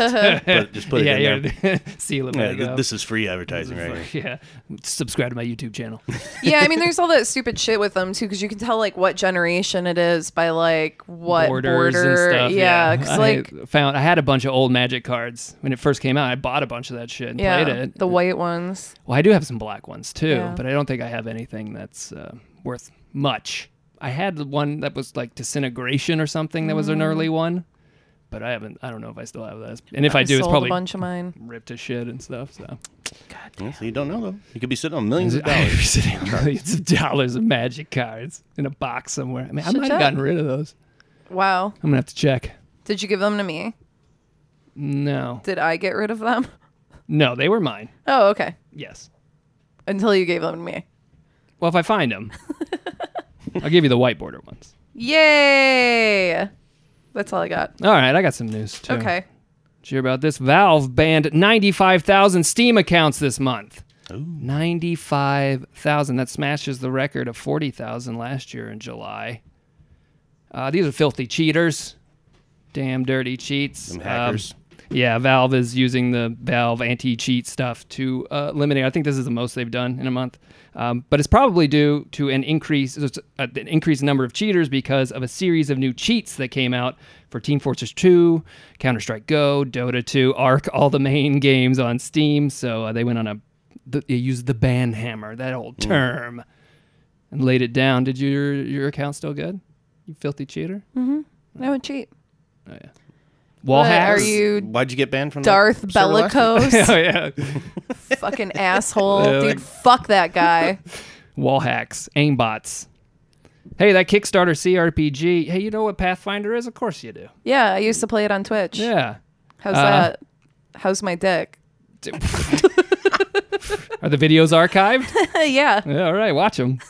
D: but just put it in there.
C: yeah, yeah. Seal it.
D: Yeah,
C: Yeah,
D: th- this is free advertising right here.
C: yeah. Subscribe to my YouTube channel.
B: yeah, I mean, there's all that stupid shit with them too, because you can tell like what generation it is by like what
C: borders
B: border.
C: and stuff.
B: yeah, because
C: I
B: like
C: found I had a bunch of old Magic cards when it first came out. I bought a bunch of that shit and
B: yeah,
C: played it.
B: the white ones.
C: well, I do have some black ones too,
B: Yeah.
C: but I don't think I have anything that's uh, worth much. I had the one that was like disintegration or something that was an
B: Mm.
C: early one, but I haven't. I don't know if I still have that. And if I, do,
B: sold
C: it's probably
B: a bunch of mine.
C: ripped to shit and stuff. So
D: Yeah, so you don't know though. You could be sitting on millions of
C: I
D: dollars.
C: was sitting on millions of dollars of Magic cards in a box somewhere. I mean, I
B: Should
C: might
B: check.
C: have gotten rid of those.
B: Wow,
C: I'm gonna have to check.
B: did you give them to me?
C: No,
B: Did I get rid of them?
C: no, they were mine.
B: Oh, okay.
C: Yes.
B: Until you gave them to me.
C: Well, if I find them, I'll give you the white border ones.
B: Yay! That's all I got.
C: All right, I got some news too.
B: Okay.
C: Did you hear about this? Valve banned 95,000 Steam accounts this month. 95,000. That smashes the record of 40,000 last year in July. Uh, these are filthy cheaters. Damn dirty cheats.
D: Them
C: Um,
D: hackers.
C: yeah, Valve is using the Valve anti cheat stuff to uh, eliminate. I think this is the most they've done in a month, um, but it's probably due to an increase it's uh, an increased number of cheaters because of a series of new cheats that came out for Team Fortress 2, Counter Strike Go, Dota 2, Arc, all the main games on Steam. So uh, they went on a th- they used the ban hammer, that old term, and laid it down. Did your your account still good? You filthy cheater.
B: No one cheat.
C: Wall
B: What,
C: hacks.
B: Are you
D: Why'd you get banned from
B: Darth
D: the server last week?
B: Bellicose?
C: oh yeah.
B: Fucking asshole.
C: like-
B: Dude, fuck that guy.
C: wall hacks, aimbots. Hey, that Kickstarter CRPG. Hey, you know what Pathfinder is? Of course you do.
B: Yeah, I used to play it on Twitch.
C: Yeah.
B: How's
C: Uh,
B: that? How's my dick?
C: Are the videos archived?
B: yeah.
C: yeah, all right, watch them.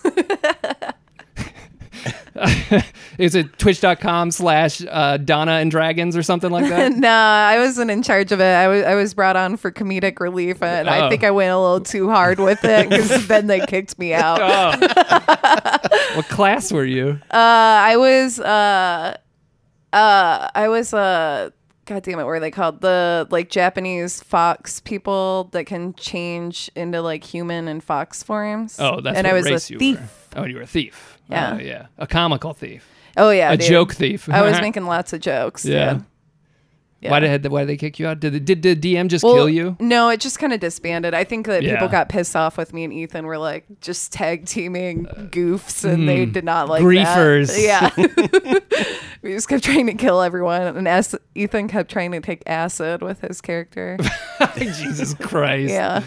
C: is it twitch.com slash uh, Donna and Dragons or something like that?
B: Nah, I wasn't in charge of it. I was I was brought on for comedic relief, and
C: Oh.
B: I think I went a little too hard with it because then they kicked me out. Uh,
C: oh. what class were you?
B: I was uh, uh, I was uh, God damn it, what are they called? The like Japanese fox people that can change into like human and fox forms.
C: Oh, that's
B: and
C: what
B: I was
C: race
B: a
C: you
B: thief.
C: were. Oh, you were a thief.
B: Yeah.
C: Oh, yeah. A comical thief.
B: Oh yeah,
C: a
B: dude.
C: joke thief.
B: I was making lots of jokes.
C: Yeah.
B: dude. Yeah.
C: Why did why did they kick you out? Did the, did the DM just kill you?
B: No, it just kind of disbanded. I think that
C: Yeah.
B: people got pissed off with me and Ethan were like just tag teaming goofs and they did not like
C: Hmm. griefers.
B: That. Yeah. we just kept trying to kill everyone and as- Ethan kept trying to take acid with his character.
C: Jesus Christ.
B: yeah.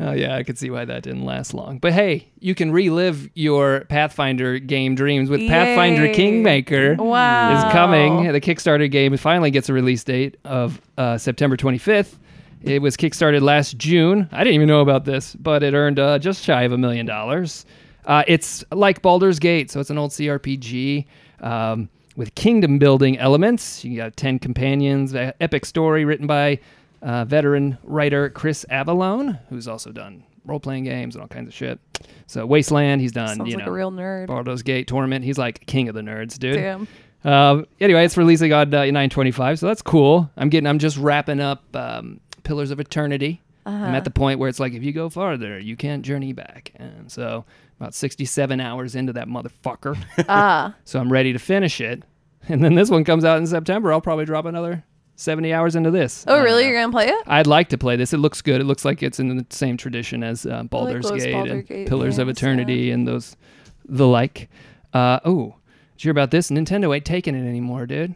C: Oh yeah, I could see why that didn't last long. But hey, you can relive your Pathfinder game dreams with Pathfinder
B: Yay.
C: Kingmaker.
B: Wow.
C: Is coming. The Kickstarter game finally gets a release date of uh, September 25th. It was kickstarted last June. I didn't even know about this, but it earned uh, just shy of a million dollars. Uh, It's like Baldur's Gate, so it's an old CRPG um, with kingdom building elements. You got 10 companions, a epic story written by uh, veteran writer Chris Avalone, who's also done role playing games and all kinds of shit. So Wasteland, he's done,
B: Sounds
C: you
B: like
C: know,
B: a real nerd.
C: Baldur's Gate tournament. He's like king of the nerds, dude.
B: Damn.
C: Um, anyway, it's releasing on uh, 925, so that's cool. I'm getting, I'm just wrapping up um, Pillars of Eternity. I'm
B: Uh-huh.
C: at the point where it's like, if you go farther, you can't journey back. And so, about 67 hours into that motherfucker.
B: Ah.
C: so, I'm ready to finish it. And then this one comes out in September. I'll probably drop another 70 hours into this. Uh, I
B: Oh,
C: don't
B: really?
C: know.
B: You're going to play it?
C: I'd like to play this. It looks good. It looks like it's in the same tradition as uh, Baldur's
B: those
C: Gate
B: Baldur
C: and
B: Gate
C: Pillars of
B: games,
C: Eternity and those the like. Uh, oh, did you hear about this? Nintendo ain't taking it anymore, dude.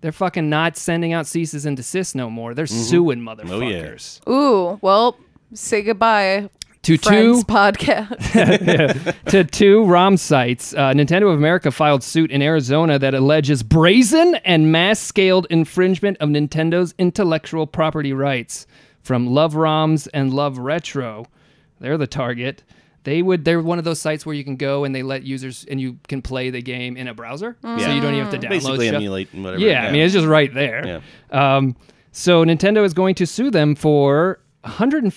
C: They're fucking not sending out ceases and desists no more. They're suing motherfuckers.
B: Ooh, well, say goodbye.
C: To
B: Friends
C: two
B: podcast.
C: to two ROM sites, uh, Nintendo of America filed suit in Arizona that alleges brazen and mass-scaled infringement of Nintendo's intellectual property rights from Love ROMs and Love Retro. They're the target. They would. They're one of those sites where you can go and they let users and you can play the game in a browser, so
D: Yeah.
C: you don't even have to download.
D: Mm. Basically
C: stuff.
D: emulate and whatever.
C: Yeah, I mean it's just right there. Um, so Nintendo is going to sue them for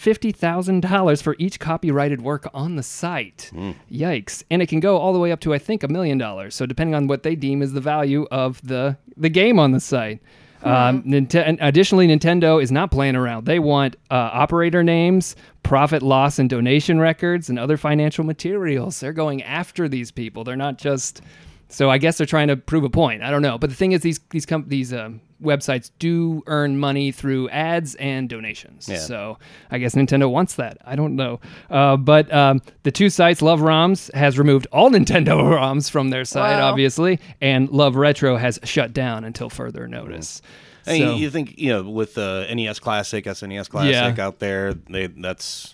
C: $150,000 for each copyrighted work on the site.
D: Hmm.
C: Yikes! And it can go all the way up to I think a million dollars. So depending on what they deem is the value of the the game on the site.
D: Hmm.
C: Um, Ninte- and additionally, Nintendo is not playing around. They want uh, operator names, profit loss and donation records, and other financial materials. They're going after these people. They're not just so I guess they're trying to prove a point. I don't know, but the thing is, these these com- these um, websites do earn money through ads and donations.
D: Yeah.
C: So I guess Nintendo wants that. I don't know, uh, but um, the two sites, Love ROMs has removed all Nintendo ROMs from their site,
B: Wow.
C: obviously, and Love Retro has shut down until further notice.
D: And
C: So-
D: you, you think you know with uh, NES Classic, SNES Classic out there, they that's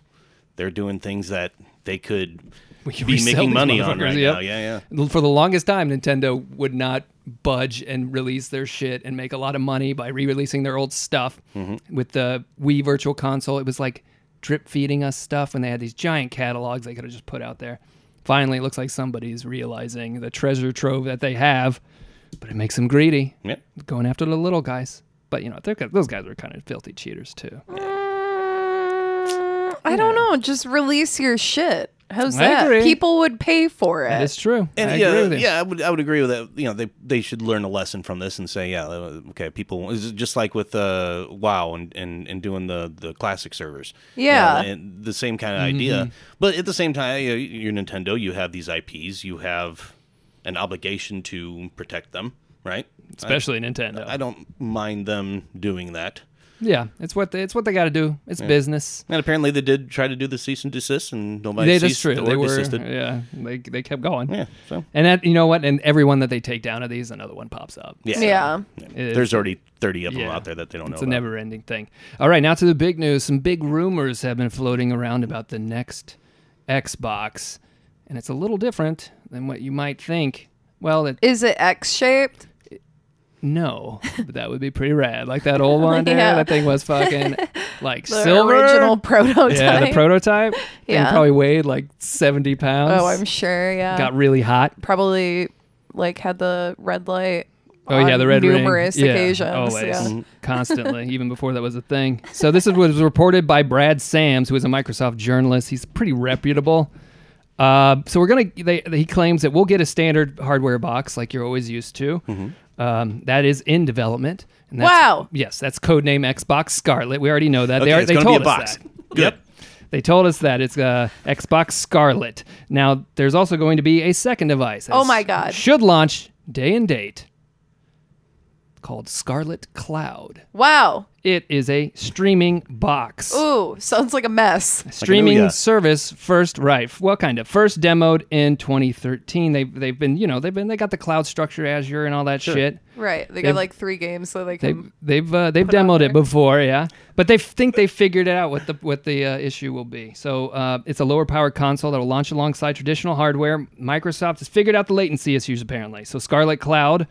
D: they're doing things that they could
C: can
D: be
C: resell
D: making
C: these
D: money on right
C: motherfuckers, yep.
D: now. Yeah, yeah.
C: for the longest time nintendo would not budge and release their shit and make a lot of money by re-releasing their old stuff
D: Mm-hmm.
C: with the wii virtual console it was like drip feeding us stuff when they had these giant catalogs they could have just put out there finally it looks like somebody's realizing the treasure trove that they have but but it makes them greedy,
D: Yeah.
C: going after the little guys. But you know, they're, those guys were kind of filthy cheaters too.
B: Mm, I don't know. Just release your shit. How's
C: I
B: that?
C: agree.
B: People would pay for it.
C: That is true.
D: And
C: I
D: yeah,
C: agree with you.
D: yeah, I would, I would agree with that. You know, they they should learn a lesson from this and say, yeah, uh, okay, people. it's Just like with uh, WoW and, and, and doing the, the classic servers. You know,
B: Yeah.
D: and the same kind of
C: Mm-hmm.
D: idea. But at the same time, you know, you're Nintendo. You have these IPs. You have an obligation to protect them, right?
C: Especially Nintendo.
D: I don't mind them doing that.
C: yeah, it's what they, it's what they got to do. It's business.
D: And apparently, they did try to do the cease and desist, and nobody
C: They, that's
D: ceased
C: true.
D: or
C: They were
D: desisted.
C: yeah. They they kept going.
D: Yeah, so
C: And that you know what? And everyone that they take down of these, another one pops up.
D: yeah,
B: Yeah.
C: It-
D: There's already thirty of them
C: Yeah.
D: out there that they don't
C: It's
D: know.
C: a
D: about.
C: never ending thing. All right, now to the big news. Some big rumors have been floating around about the next Xbox, and it's a little different than what you might think. Well, it,
B: Is it X shaped?
C: no, but that would be pretty rad. Like that old one there,
B: Yeah.
C: that thing was fucking like
B: The
C: silver.
B: original prototype.
C: yeah, the prototype. And
B: Yeah.
C: probably weighed like 70 pounds.
B: oh, I'm sure. Yeah.
C: Got really hot.
B: Probably like had the red light.
C: Oh yeah,
B: on
C: the red ring.
B: numerous
C: Yeah,
B: occasions.
C: always, Mm-hmm. Mm,
B: Yeah.
C: constantly, even before that was a thing. So this is, was reported by Brad Sams, who is a Microsoft journalist. He's pretty reputable. Uh, so we're gonna. They, he claims that we'll get a standard hardware box like you're always used to.
D: Mm-hmm.
C: Um, that is in development. And that's,
B: Wow.
C: Yes, that's codename Xbox Scarlet. We already know that.
D: Okay,
C: they are,
D: it's
C: they
D: gonna
C: told
D: be a
C: us
D: box.
C: that.
D: Yep.
C: They told us that it's uh, Xbox Scarlet. Now, there's also going to be a second device. that
B: Oh my God.
C: Should launch day and date called Scarlet Cloud.
B: Wow.
C: It is a streaming box.
B: Ooh, sounds like a mess.
C: Streaming
D: Like an Ouya.
C: service first, right? Well, kind of first demoed in 2013. They've they've been, you know, they've been they got the cloud structure, Azure, and all that shit.
B: Right. They
C: They've-
B: got like three games so they can.
C: They've they've uh, they've
B: out
C: demoed
B: there.
C: it before, yeah. But they think they figured it out what the what the uh, issue will be. So uh, it's a lower power console that will launch alongside traditional hardware. Microsoft has figured out the latency issues apparently. So Scarlet Cloud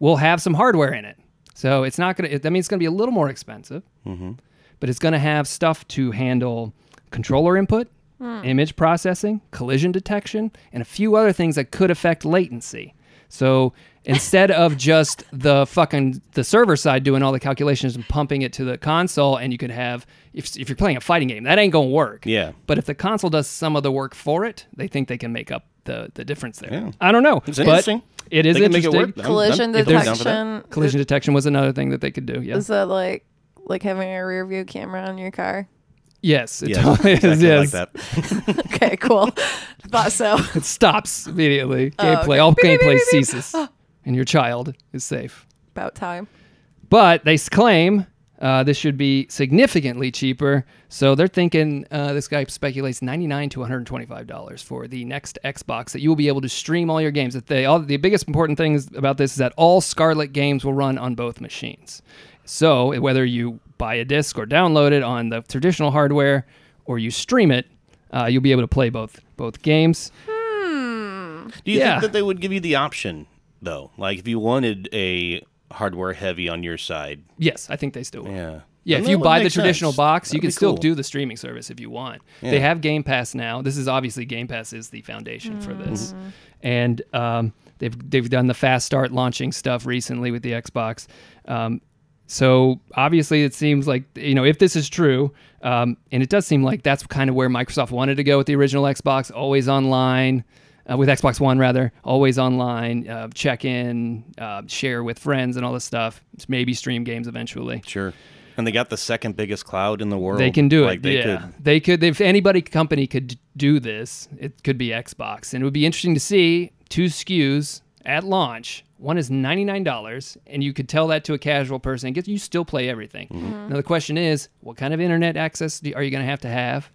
C: will have some hardware in it. So it's not gonna. It, that means it's gonna be a little more expensive, but it's gonna have stuff to handle controller input. Image processing, collision detection, and a few other things that could affect latency. So instead of just the fucking the server side doing all the calculations and pumping it to the console, and you could have if if you're playing a fighting game, that ain't gonna work.
D: Yeah.
C: But if the console does some of the work for it, they think they can make up the the difference there. I don't know.
D: It's
C: but
D: interesting.
C: It is
D: They can make it
C: interesting.
D: work. I'm- I'm-
B: Collision
D: if they're down for that.
B: detection.
C: Collision detection was another thing that they could do. Yeah.
B: Is that like like having a rear view camera on your car?
C: yes. It
D: Yeah,
C: totally is.
D: exactly
C: Yes.
D: like that.
B: Okay, cool. Thought so.
C: It stops immediately. Gameplay.
B: Oh, okay.
C: All
B: Beep, beep,
C: gameplay
B: beep, beep, Ah. beep.
C: ceases, and your child is safe.
B: About time.
C: but they s- claim uh, this should be significantly cheaper. So they're thinking uh, this guy speculates ninety nine to one hundred twenty five dollars for the next Xbox that you will be able to stream all your games. That they all the biggest important things about this is that all Scarlet games will run on both machines. So whether you buy a disc or download it on the traditional hardware or you stream it, uh, you'll be able to play both both games.
D: Do you
C: Yeah.
D: think that they would give you the option though? Like if you wanted a hardware heavy on your side,
C: Yes, I think they still will.
D: yeah,
C: Yeah,
D: Then
C: if
D: that
C: you
D: would
C: buy the
D: make sense.
C: traditional box, you
D: That'd
C: can
D: be
C: still
D: cool.
C: do the streaming service if you want. They have Game Pass now. This is obviously Game Pass is the foundation for this,
D: Mm-hmm.
C: and um, they've they've done the fast start launching stuff recently with the Xbox. Um, so obviously, it seems like you know if this is true, um, and it does seem like that's kind of where Microsoft wanted to go with the original Xbox, always online. Uh, with Xbox One, rather, always online, uh, check in, uh, share with friends, and all this stuff. Maybe stream games eventually.
D: sure. And they got the second biggest cloud in the world.
C: They can do
D: like,
C: it.
D: They
C: yeah,
D: could.
C: they could. If anybody company could do this, it could be Xbox, and it would be interesting to see two SKUs at launch. One is ninety nine dollars, and you could tell that to a casual person. It gets you still play everything. Now the question is, what kind of internet access do, are you going to have to have?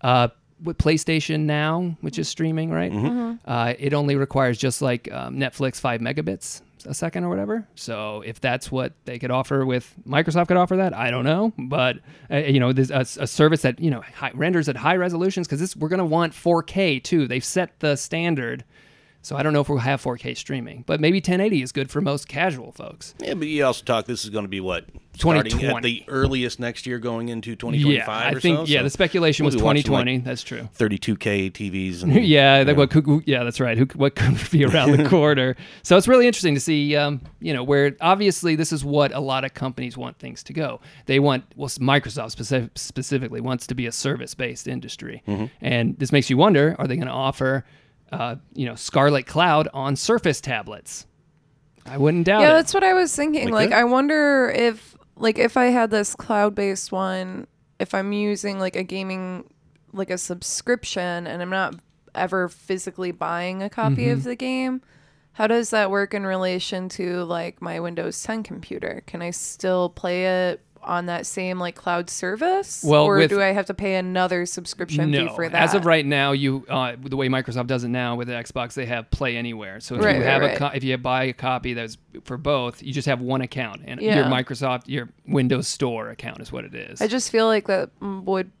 C: Uh, with PlayStation Now, which is streaming, right?
D: Mm-hmm.
C: Uh, it only requires just like um, Netflix five megabits a second or whatever. So if that's what they could offer with Microsoft could offer that, I don't know. But uh, you know, there's a, a service that you know high, renders at high resolutions because this we're gonna want 4K too. They've set the standard. So I don't know if we'll have 4K streaming, but maybe 1080 is good for most casual folks.
D: Yeah, but you also talk. This is going to be what starting at
C: 2020.
D: the earliest next year, going into twenty twenty
C: Yeah,
D: five.
C: I think yeah, the speculation was
D: we'll be watching,
C: 2020. That's true.
D: thirty two k TVs. And,
C: yeah, that what could, yeah, that's right. Who, what could be around the corner? So it's really interesting to see, um, you know, where obviously this is what a lot of companies want things to go. They want, well, Microsoft specif specifically wants to be a service-based industry, and this makes you wonder: Are they going to offer, uh, you know, Scarlet Cloud on Surface tablets? I wouldn't doubt
B: Yeah,
C: it.
B: that's what I was thinking.
D: Like
B: Like,
D: that?
B: I wonder if, like, if I had this cloud-based one, if I'm using like a gaming, like a subscription, and I'm not ever physically buying a copy of
C: Mm-hmm.
B: the game, how does that work in relation to like my Windows 10 computer? Can I still play it? On that same like cloud service,
C: Well,
B: or
C: with-
B: do I have to pay another subscription
C: no,
B: fee for that?
C: as of right now, you uh, the way Microsoft does it now with the Xbox, they have Play Anywhere. So if
B: Right,
C: you
B: right,
C: have a
B: right.
C: co- if you buy a copy that's for both, you just have one account, and your
B: Yeah.
C: Microsoft your Windows Store account is what it is.
B: I just feel like that mm, would,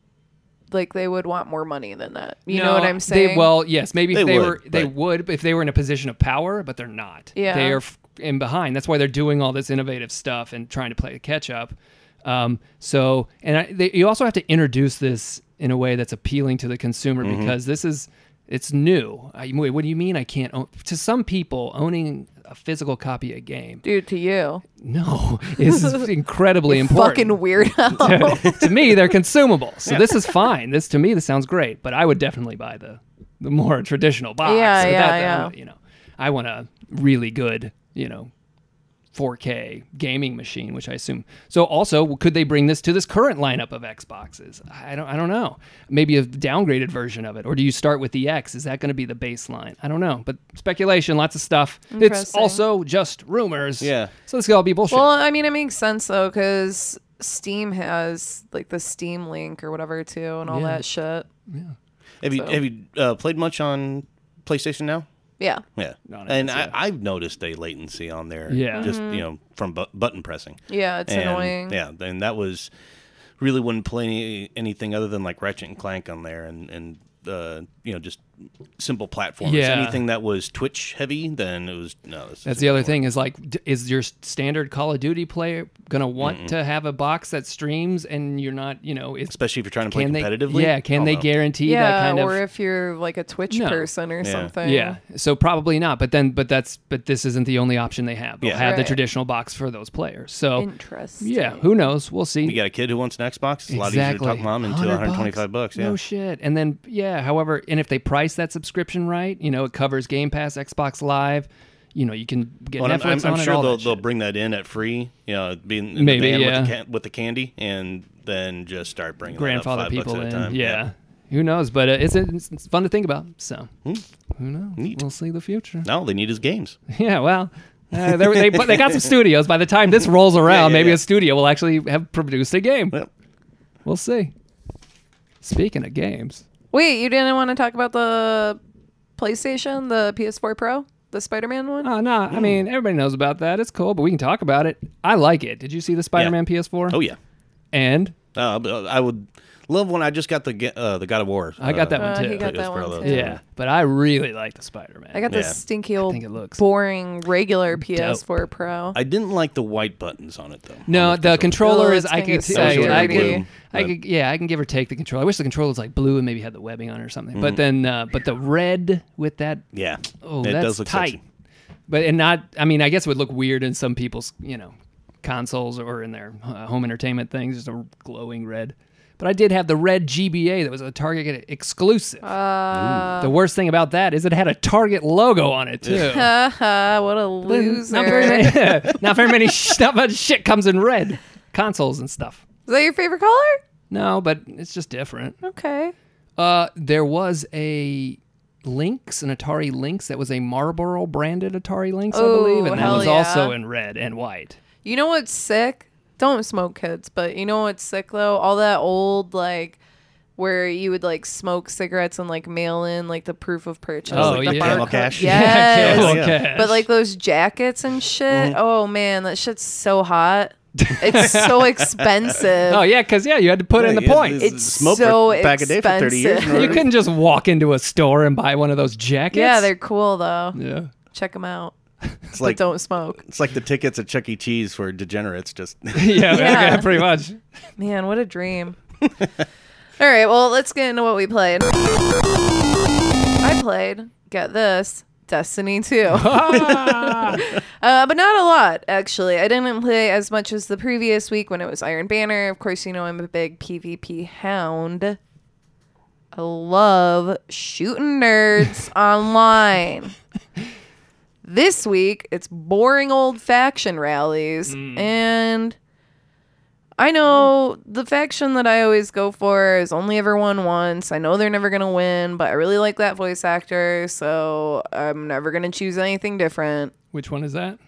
B: like they would want more money than that. You know what
C: No,
B: I'm saying?
C: They, well, yes, maybe if
D: They
C: they
D: would,
C: were they
D: but-
C: would if they were in a position of power, but they're not.
B: Yeah.
C: they are f- in behind. That's why they're doing all this innovative stuff and trying to play catch up. Um, so, and I, they, you also have to introduce this in a way that's appealing to the consumer
D: Mm-hmm.
C: because this is it's new. I, wait, what do you mean I can't own? To some people, owning a physical copy of a game,
B: dude, to you.
C: no, is incredibly important
B: Fucking weirdo.
C: to me, they're consumable. So this is fine. This to me, this sounds great. But I would definitely buy the the more traditional box.
B: Yeah, yeah,
C: without the-
B: yeah.
C: You know, I want a really good, you know, 4K gaming machine, which I assume. So also, could they bring this to this current lineup of Xboxes? I don't, I don't know. Maybe a downgraded version of it, or do you start with the X? Is that going to be the baseline? I don't know. But speculation, lots of stuff. It's
B: Interesting.
C: also just rumors.
D: Yeah.
C: So this could all be bullshit.
B: well, I mean, it makes sense though, because Steam has like the Steam Link or whatever too, and all
C: Yeah.
B: that shit.
D: Have you have you uh, played much on PlayStation now?
B: Yeah.
D: Yeah,
C: Not
D: and
C: as
D: I,
C: yet.
D: I've noticed a latency on there.
C: Yeah.
D: just you know from bu- button pressing.
B: Mm-hmm. Yeah, it's
D: and,
B: annoying.
D: Yeah, and that was really wouldn't play any- anything other than like Ratchet and Clank on there, and and uh, you know just simple platforms.
C: Yeah.
D: Anything that was Twitch heavy, then it was no. This
C: That's
D: is-
C: the other thing is like, d- is your standard Call of Duty player gonna want to have a box that streams and you're not, you know, it's
D: especially if you're trying to play
C: can they,
D: competitively. Oh,
C: yeah, can they
D: Although,
C: guarantee that
B: Yeah,
C: kind of,
B: or if you're like a Twitch
C: No.
B: person or
D: Yeah.
B: something.
C: yeah, so probably not. But then, but that's, but this isn't the only option they have. They'll
D: Yeah.
C: have the
B: Right.
C: traditional box for those players. So
B: Interesting.
C: Oh. yeah, who knows? We'll see.
D: You got a kid who wants an Xbox. It's a lot easier to
C: exactly.
D: talk mom into
C: 100
D: 125 bucks. yeah.
C: No shit. And then yeah, however, and if they price that subscription right, you know, it covers Game Pass, Xbox Live. You know, you can get
D: Well, and
C: Netflix
D: I'm, I'm,
C: on
D: I'm
C: it,
D: sure
C: all that
D: they'll,
C: shit.
D: they'll bring that in at free, you know, being in
C: Maybe,
D: the band with, the
C: yeah.
D: can- with the candy, and then just start bringing that
C: grandfather
D: up five
C: people
D: bucks
C: in.
D: at a time.
C: Yeah. Who knows? But uh, it's, it's, it's fun to think about. So who knows?
D: Hmm. Neat.
C: We'll see the future.
D: No, they need his games.
C: Yeah. Well. Uh, they, they, but they got some studios. By the time this rolls around,
D: yeah,
C: maybe
D: yeah.
C: a studio will actually have produced a game.
D: Well,
C: We'll see. Speaking of games,
B: Wait, you didn't want to talk about the PlayStation, the PS4 Pro, the Spider-Man one?
C: oh no,
D: Hmm.
C: I mean everybody knows about that. It's cool, but we can talk about it. I like it. Did you see the Spider-Man PS4?
D: oh yeah,
C: and
D: uh, but I would love when I just got the ga- uh, the God of War.
C: I got
D: uh,
C: that
B: Uh,
C: one
B: he
C: too.
B: got
D: It was
B: that
D: Pro,
B: one
D: though.
B: too.
C: yeah, but I really like the Spider-Man.
B: I got
D: Yeah.
B: this stinky old,
C: think it looks
B: boring regular PS4 Pro.
D: I didn't like the white buttons on it though.
C: No,
D: On
C: the controller
B: Oh,
C: is.
B: it's
C: I
B: gonna
C: could,
B: get so
C: I, could- I,
B: dirty.
C: could, I could, yeah, I can give or take the controller. I wish the controller was like blue and maybe had the webbing on it or something. But then, uh, but the red with that,
D: Yeah,
C: oh,
D: Mm-hmm. it
C: that's
D: does look
C: tight.
D: sexy.
C: But and not. I mean, I guess it would look weird in some people's, you know, consoles or in their uh, home entertainment things, just a glowing red. But I did have the red GBA that was a Target exclusive.
B: Uh.
C: the worst thing about that is it had a Target logo on it too.
B: Haha, Uh-huh, what a
C: Not very
B: loser. Is
C: many. not very many. sh- Not much shit comes in red. Consoles and stuff.
B: that your favorite color?
C: No, but it's just different.
B: Okay.
C: Uh, there was a Lynx, an Atari Lynx that was a Marlboro branded Atari Lynx, I
B: Oh,
C: believe, and that
B: hell
C: was
B: yeah.
C: also in red and white.
B: You know what's sick? Don't smoke kids, but you know what's sick though? All that old like where you would like smoke cigarettes and like mail in like the proof of purchase.
C: Oh,
B: like, the
C: yeah. Camel
B: barcode.
D: cash.
B: Yes.
C: Camel
D: Yeah.
C: Cash.
B: But like those jackets and shit. Oh man, that shit's so hot. It's so expensive.
C: Oh yeah, because yeah, you had to put in the points.
B: It's so expensive.
C: you couldn't just walk into a store and buy one of those jackets.
B: yeah, they're cool though.
C: yeah.
B: Check them out.
D: It's like
B: but don't smoke.
D: it's like the tickets at Chuck E. Cheese for degenerates. Just
C: yeah,
B: Yeah.
C: yeah, pretty much.
B: Man, what a dream. All right, well, let's get into what we played. I played, get this, Destiny 2.
C: Ah.
B: Uh, but not a lot, actually. I didn't play as much as the previous week when it was Iron Banner. Of course, you know I'm a big PvP hound. I love shooting nerds online. This week, it's boring old faction rallies. And I know the faction that I always go for is only ever won once. I know they're never going to win, but I really like that voice actor, so I'm never going to choose anything different
C: Which one is that?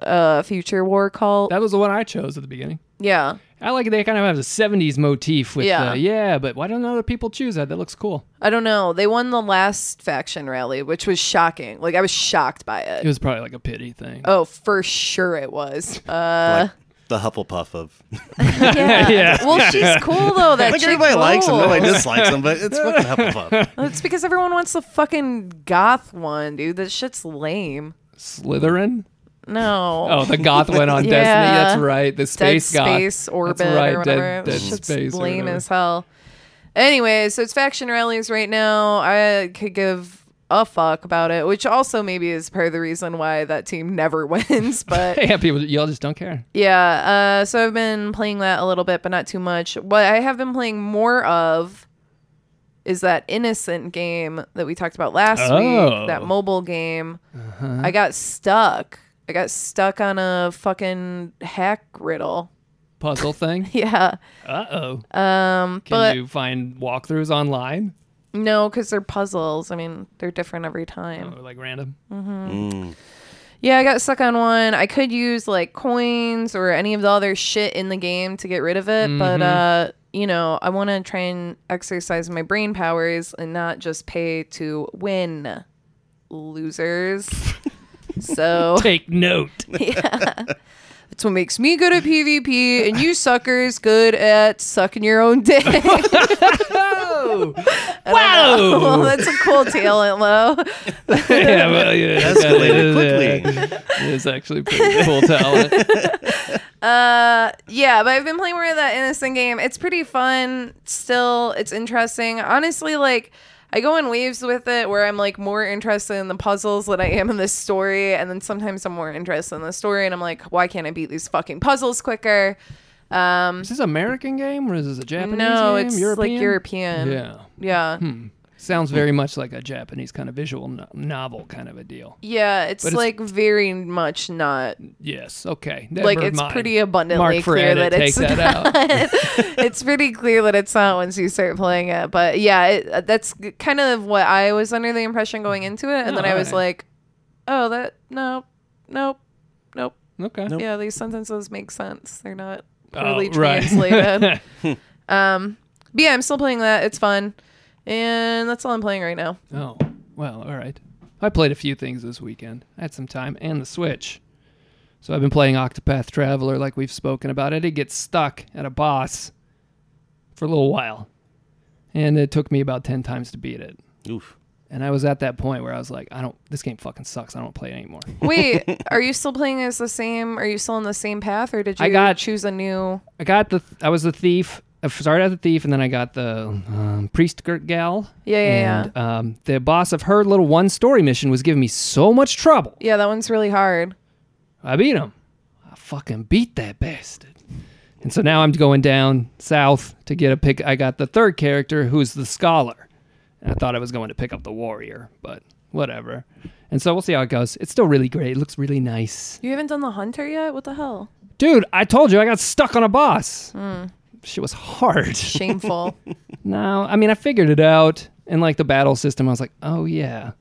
B: uh future war cult.
C: That was the one I chose at the beginning.
B: yeah.
C: I like they kind of have the '70s motif with yeah,
B: Yeah.
C: the, yeah. But why don't other people choose that? That looks cool.
B: I don't know. They won the last faction rally, which was shocking. Like I was shocked by it.
C: It was probably like a pity thing.
B: oh, for sure it was. Uh
D: like the Hufflepuff of
B: yeah.
C: Yeah.
B: Well, she's cool though. That
D: like
B: chick
D: everybody likes him,
B: rules.
D: nobody dislikes him, but it's fucking Hufflepuff.
B: It's because everyone wants the fucking goth one, dude. That shit's lame.
C: Slytherin.
B: No.
C: Oh, the goth went on
B: Yeah.
C: Destiny. That's right. The
B: Dead
C: space goth.
B: Space Orbit
C: That's right.
B: or whatever.
C: Dead,
B: That
C: dead
B: shit's
C: space. or
B: lame
C: whatever.
B: as hell. Anyway, so it's faction rallies right now. I could give a fuck about it, which also maybe is part of the reason why that team never wins. But
C: yeah, people, y'all just don't care.
B: yeah, uh, so I've been playing that a little bit, but not too much. What I have been playing more of is that innocent game that we talked about last
C: Oh. Uh-huh.
B: week, that mobile game. I got stuck. I got stuck on a fucking hack riddle.
C: Puzzle thing.
B: Yeah.
C: Uh oh.
B: Um,
C: Can
B: but
C: you find walkthroughs online
B: no, because they're puzzles. I mean, they're different every time.
C: or Oh, like random?
B: Mm. Yeah, I got stuck on one. I could use like coins or any of the other shit in the game to get rid of it, but uh, you know, I want to try and exercise my brain powers and not just pay to win, losers. so
C: Take note.
B: that's what makes me good at PvP, and you suckers good at sucking your own dick.
C: Oh.
B: well,
C: Wow.
B: that's a cool talent, though.
C: yeah, well, yeah, that is,
D: Escalated quickly.
C: uh, It's actually pretty cool talent.
B: Uh, yeah, but I've been playing more of that innocent game. It's pretty fun. Still, it's interesting. Honestly, like I go in waves with it, where I'm like more interested in the puzzles than I am in the story, and then sometimes I'm more interested in the story, and I'm like, why can't I beat these fucking puzzles quicker? Um,
C: Is this American game or is this a Japanese
B: no,
C: game?
B: it's
C: European? Hmm.
B: like European.
C: Yeah.
B: yeah,
C: Sounds very much like a Japanese kind of visual no- novel kind of a deal.
B: Yeah, It's
C: it's-
B: like very much not
C: Yes. Okay. Never
B: like it's
C: mind.
B: pretty abundantly
C: Mark for
B: clear
C: edit.
B: that
C: Take
B: it's
C: that
B: not.
C: out.
B: it's pretty clear that it's not once you start playing it. But yeah, it, uh, that's kind of what I was under the impression going into it, and
C: Oh,
B: then I was
C: alright.
B: like, "Oh, that no, nope, nope.
C: Okay.
D: Nope.
B: Yeah, these sentences make sense. They're not
C: Oh,
B: poorly
C: right.
B: translated." um, but yeah, I'm still playing that. It's fun, and that's all I'm playing right now.
C: Oh, well, all right. I played a few things this weekend. I had some time and the Switch. So I've been playing Octopath Traveler like we've spoken about. I did get stuck at a boss for a little while. And it took me about 10 times to beat it.
D: Oof.
C: And I was at that point where I was like, I don't, this game fucking sucks. I don't play it anymore.
B: Wait, are you still playing as the same? Are you still on the same path, or did you
C: I got-
B: choose a new?
C: I got the, I was the thief. I started as the thief and then I got the um, priest g- gal.
B: Yeah, yeah,
C: and Um, the boss of her little one story mission was giving me so much trouble.
B: yeah. That one's really hard.
C: I beat him. I fucking beat that bastard. And so now I'm going down south to get a pick. I got the third character who's the scholar. And I thought I was going to pick up the warrior, but whatever. And so we'll see how it goes. It's still really great. It looks really nice.
B: You haven't done the hunter yet. What the hell?
C: Dude, I told you I got stuck on a boss. Shit was hard.
B: Shameful.
C: no, I mean, I figured it out. And like the battle system, I was like, oh yeah.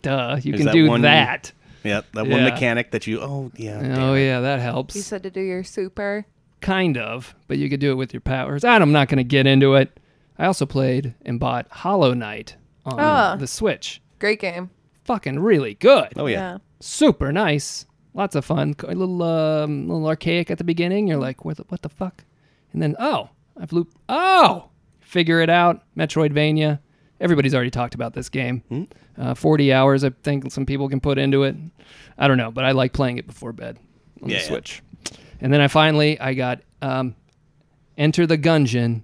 C: Duh, you
D: Is
C: can
D: that
C: do
D: one-
C: that.
D: Yep, that one
C: Yeah.
D: mechanic that you. Oh yeah.
C: Oh yeah, that helps.
B: you said to do your super.
C: kind of, but you could do it with your powers. And I'm not going to get into it. I also played and bought Hollow Knight on
B: Ah.
C: the Switch.
B: Great game.
C: Fucking really good.
D: Oh yeah.
C: Super nice. Lots of fun. A little um, little archaic at the beginning. You're like, what the, what the fuck? And then oh, I've looped. Oh, figure it out. Metroidvania. Everybody's already talked about this game.
D: Hmm?
C: Uh, 40 hours, I think some people can put into it. I don't know, but I like playing it before bed on
D: Yeah,
C: the
D: yeah.
C: Switch. And then I finally I got um, Enter the Gungeon.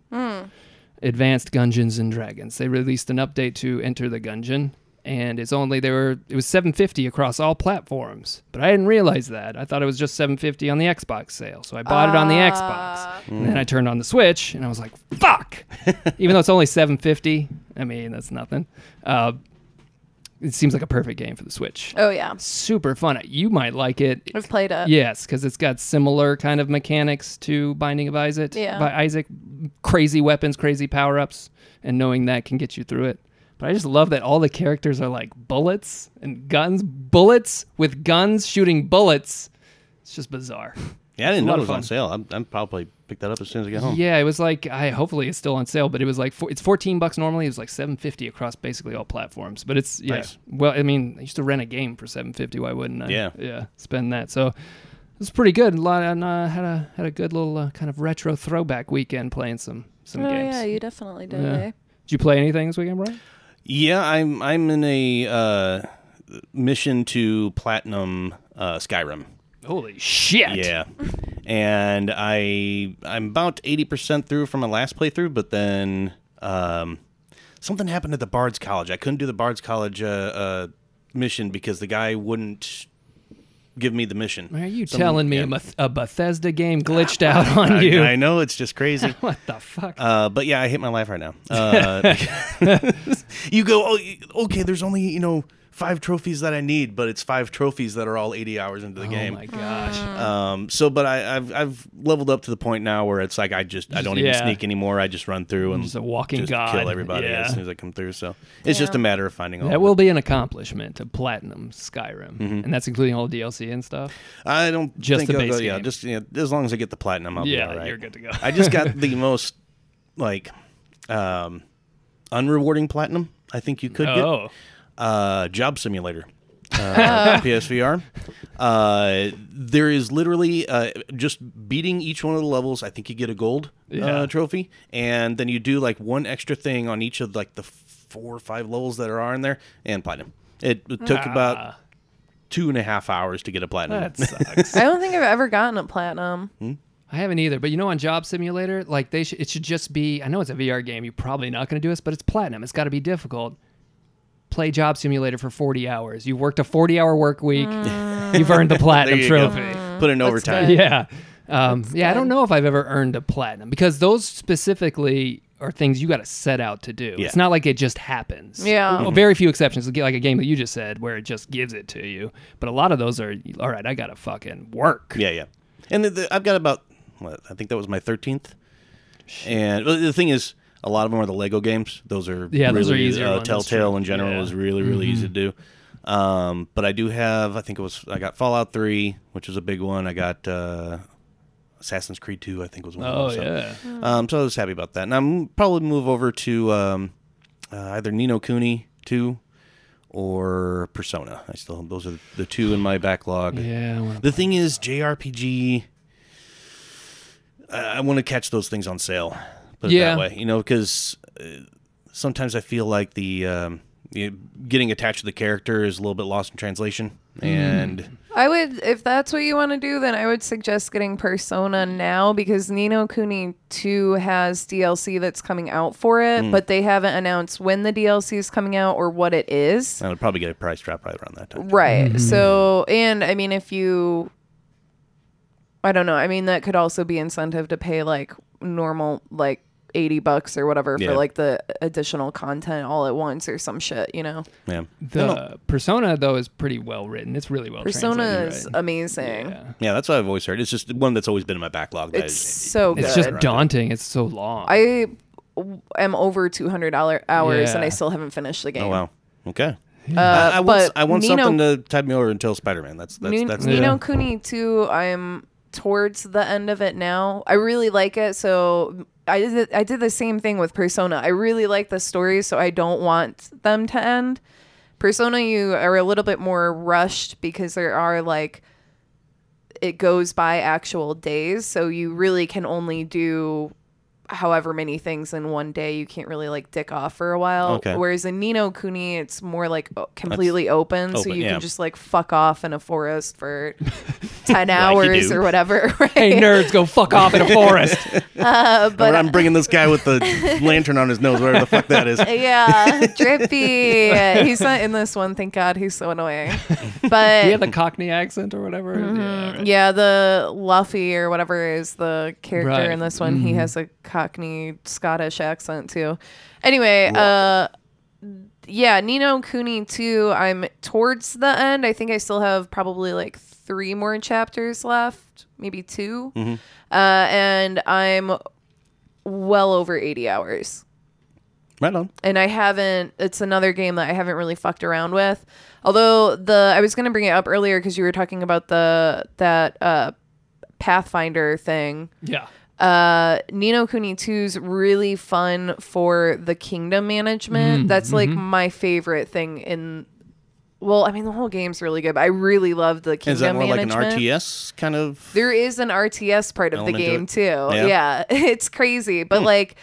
C: Advanced Dungeons and Dragons. They released an update to Enter the Gungeon, and it's only there were it was 750 across all platforms. But I didn't realize that. I thought it was just 750 on the Xbox sale, so I bought it on the Xbox, and then I turned on the Switch, and I was like, "Fuck!" Even though it's only 750, I mean that's nothing. Uh, it seems like a perfect game for the Switch.
B: Oh yeah,
C: Super fun. You might like it.
B: I've played it.
C: Yes, because it's got similar kind of mechanics to Binding of Isaac.
B: Yeah.
C: By Isaac, crazy weapons, crazy power ups, and knowing that can get you through it. But I just love that all the characters are like bullets and guns, bullets with guns shooting bullets. It's just bizarre.
D: Yeah, I didn't know
C: lot
D: it
C: of
D: was on
C: fun.
D: sale. I'm, I'm probably pick that up as soon as I get home.
C: Yeah, it was like I hopefully it's still on sale, but it was like four, it's fourteen bucks normally. It was like seven fifty across basically all platforms. But it's yeah.
D: Nice.
C: Well, I mean, I used to rent a game for seven fifty. Why wouldn't I?
D: Yeah.
C: yeah, spend that. So it was pretty good. A lot and uh, had a had a good little uh, kind of retro throwback weekend playing some some
B: Oh
C: games.
B: yeah, you definitely did.
C: Yeah.
B: eh?
C: Did you play anything this weekend, Brian?
D: Yeah, I'm I'm in a uh, mission to platinum uh, Skyrim.
C: Holy shit!
D: Yeah, and I I'm about eighty percent through from my last playthrough, but then um, something happened at the Bard's College. I couldn't do the Bard's College uh, uh, mission because the guy wouldn't give me the mission.
C: Are you
D: Some-
C: telling me
D: yeah.
C: a, Beth- a Bethesda game glitched out on
D: I,
C: you?
D: I know it's just crazy.
C: what the fuck?
D: Uh, but yeah, I hate my life right now. Uh, you go, oh, y- okay. There's only you know five trophies that I need, but it's five trophies that are all 80 hours into the
C: oh
D: game.
C: my gosh!
B: Ah.
D: Um, so, but I, I've I've leveled up to the point now where it's like I just I don't even
C: Yeah.
D: sneak anymore. I just run through and
C: Just a walking
D: just
C: god.
D: kill everybody
C: Yeah.
D: as soon as I come through. So it's just a matter of finding all.
C: That
D: of
C: will be an accomplishment to platinum Skyrim,
D: Mm-hmm.
C: and that's including all the DLC and stuff.
D: them. I don't
C: Just
D: think
C: the
D: I'll go-
C: base
D: yeah,
C: game.
D: just yeah, as long as I get the platinum, I'll be
C: yeah,
D: all right.
C: you're good to go.
D: I just got the most like um, unrewarding platinum. I think you could get.
C: oh,
D: uh, Job Simulator. Uh, PSVR. Uh, there is literally uh, just beating each one of the levels. I think you get a gold
C: Yeah.
D: uh, trophy, and then you do like one extra thing on each of like the four or five levels that are in there, and platinum. It, it took about
C: Ah,
D: two and a half hours to get a platinum.
C: that sucks.
B: I don't think I've ever gotten a platinum.
C: I haven't either, but you know, on Job Simulator, like they, sh- it should just be. I know it's a VR game. You're probably not going to do this, but it's platinum. It's got to be difficult. Play Job Simulator for 40 hours. You've worked a 40 hour work week. You've earned the
D: there
C: platinum
D: you
C: trophy.
D: go. Put in overtime.
B: good.
C: Yeah. Um, yeah, I don't know if I've ever earned a platinum because those specifically are things you got to set out to do.
D: Yeah.
C: It's not like it just happens.
B: Yeah.
C: Well, very few exceptions, like like a game that you just said, where it just gives it to you. But a lot of those are, all right, I got to fucking work.
D: Yeah, yeah. And the, the, I've got about, what, I think that was my 13th. And well, the thing is, a lot of them are the Lego games. Those are
C: Yeah,
D: really,
C: those are easier
D: Uh,
C: ones, that's
D: Telltale
C: true.
D: in general
C: Yeah. Mm-hmm.
D: is really, really easy to do. Um, but I do have, I think it was, I got Fallout 3, which was a big one. I got uh, Assassin's Creed 2, I think was one
C: Oh
D: of them. so-
C: yeah.
D: Um, so I was happy about that. And I'm probably move over to um, uh, either Nino Cooney 2 or Persona. I still, those are the two in my backlog.
C: Yeah. I wanna-
D: The thing is, JRPG. I, I want to catch those things on sale. Put it
C: Yeah.
D: that way, you know, because uh, sometimes I feel like the um, you getting attached to the character is a little bit lost in translation,
C: Hmm.
D: and
B: I would, if that's what you want to do, then I would suggest getting Persona now because Nino Kuni 2 has DLC that's coming out for it, but they haven't announced when the DLC is coming out or what it is.
D: I'll probably get a price drop right around that
C: Mm.
D: time.
B: Right. So, and I mean, if you, I don't know. I mean, that could also be incentive to pay like normal, like 80 bucks or whatever
D: Yeah.
B: for like the additional content all at once or some shit, you know?
D: Yeah,
C: The persona though is pretty well written. It's really well.
B: Persona
C: translated,
B: is
C: right?
B: amazing.
C: Yeah.
D: yeah, that's what I've always heard. It's just one that's always been in my backlog. that
B: It's
D: is-
B: so good.
C: It's just daunting. It's so long.
B: I w- am over 200 hours and I
C: Yeah.
B: still haven't finished the game.
D: oh wow, okay.
B: Uh,
D: I, I want,
B: but
D: I want
B: Nino-
D: something to tide me over until Spider Man. That's that's
B: Ni-
D: that's the-
B: Nino
C: Yeah.
B: Kuni 2, I'm towards the end of it now. I really like it. So I did, the- I did the same thing with Persona. I really like the story, so I don't want them to end. Persona, you are a little bit more rushed because there are like it goes by actual days, so you really can only do however many things in one day. You can't really like dick off for a while.
D: Okay.
B: Whereas in Nino Kuni, it's more like o- completely open, so
D: open,
B: you
D: yeah.
B: can just like fuck off in a forest for ten
D: you
B: hours
D: do.
B: or whatever. Right?
C: Hey, nerds, go fuck off in a forest.
D: But I'm bringing this guy with the lantern on his nose, whatever the fuck that is.
B: Yeah, drippy. he's not in this one. Thank God, he's so annoying. But
C: he had the Cockney accent or whatever.
B: Mm-hmm.
C: Yeah, right.
B: Yeah, the Luffy or whatever is the character
C: Right.
B: in this one. He has a Cockney Scottish accent too. Anyway, uh yeah, Nino Cooney 2, I'm towards the end. I think I still have probably like three more chapters left, maybe 2 Uh, and I'm well over 80 hours
D: Right on.
B: and I haven't. It's another game that I haven't really fucked around with. Although the I was gonna bring it up earlier because you were talking about the that uh, Pathfinder thing.
C: yeah.
B: Uh, Nino Kuni 2's really fun for the kingdom management. That's like my favorite thing in. Well, I mean the whole game's really good, but I really love the kingdom
D: Is that more like an
B: management.
D: RTS kind of?
B: There is an RTS part of the
D: Element to
B: game
D: it.
B: too.
D: Yeah. Hmm.
B: Yeah. It's crazy. But like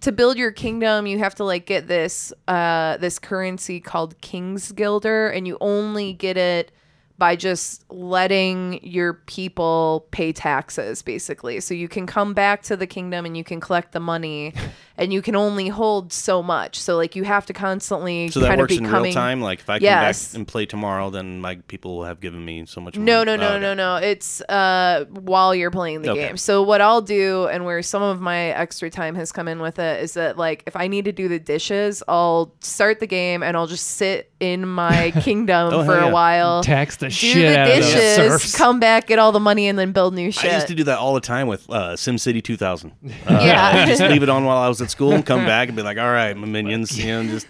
B: to build your kingdom, you have to like get this uh this currency called King's Guilder and you only get it by just letting your people pay taxes basically. So you can come back to the kingdom and you can collect the money and you can only hold so much. So like you have to constantly
D: So that
B: kind
D: works
B: of be
D: in real
B: coming-
D: time. Like if I come
B: Yes.
D: back and play tomorrow, then my people will have given me so much.
B: No, no,
D: money.
B: no,
D: Oh,
B: no,
D: okay.
B: no. It's uh, while you're playing the
D: Okay.
B: game. So what I'll do, and where some of my extra time has come in with it, is that like if I need to do the dishes, I'll start the game and I'll just sit in my kingdom
D: Oh,
B: for
D: hell
B: a
D: yeah.
B: while,
C: Tax the
B: do
C: shit
B: the
C: out of those
B: dishes,
C: serfs.
B: come back, get all the money, and then build new shit.
D: I used to do that all the time with uh, SimCity 2000. Uh,
B: Yeah.
D: I'd just leave it on while I was at school and come back and be like, "All right, my minions," you know, just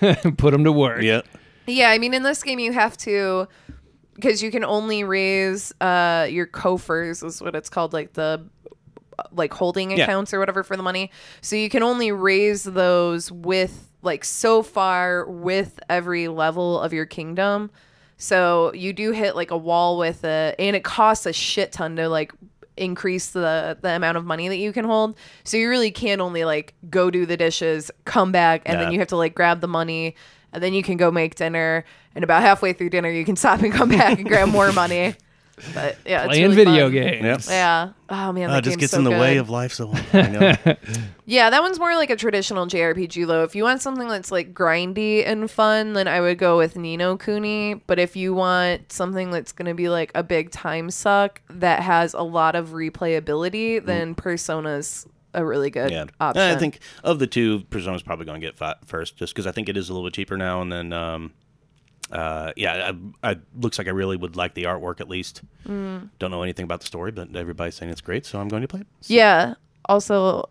C: Put them to work.
D: yeah.
B: Yeah, I mean, in this game, you have to because you can only raise uh, your coffers is what it's called, like the like holding
D: Yeah.
B: accounts or whatever for the money. So you can only raise those with like so far with every level of your kingdom. So you do hit like a wall with it, and it costs a shit ton to like increase the the amount of money that you can hold. So you really can only like go do the dishes, come back, and
D: Yeah.
B: then you have to like grab the money, and then you can go make dinner. And about halfway through dinner, you can stop and come back and grab more money. But yeah, it's
C: Playing
B: really
C: video
B: fun.
C: games.
D: Yep.
B: Yeah. Oh man, that
D: Uh, it just
B: game's
D: gets
B: so
D: in the
B: good.
D: way of life so often. I know.
B: Yeah, that one's more like a traditional JRPG though. If you want something that's like grindy and fun, then I would go with Nino Kuni. But if you want something that's gonna be like a big time suck that has a lot of replayability, then Persona's a really good
D: Mm. Yeah,
B: option.
D: I think of the two, Persona's probably going to get fi- first, just because I think it is a little bit cheaper now. And then, um, uh, yeah, I, I looks like I really would like the artwork at least.
B: Mm.
D: Don't know anything about the story, but everybody's saying it's great, so I'm going to play it.
B: Yeah. Also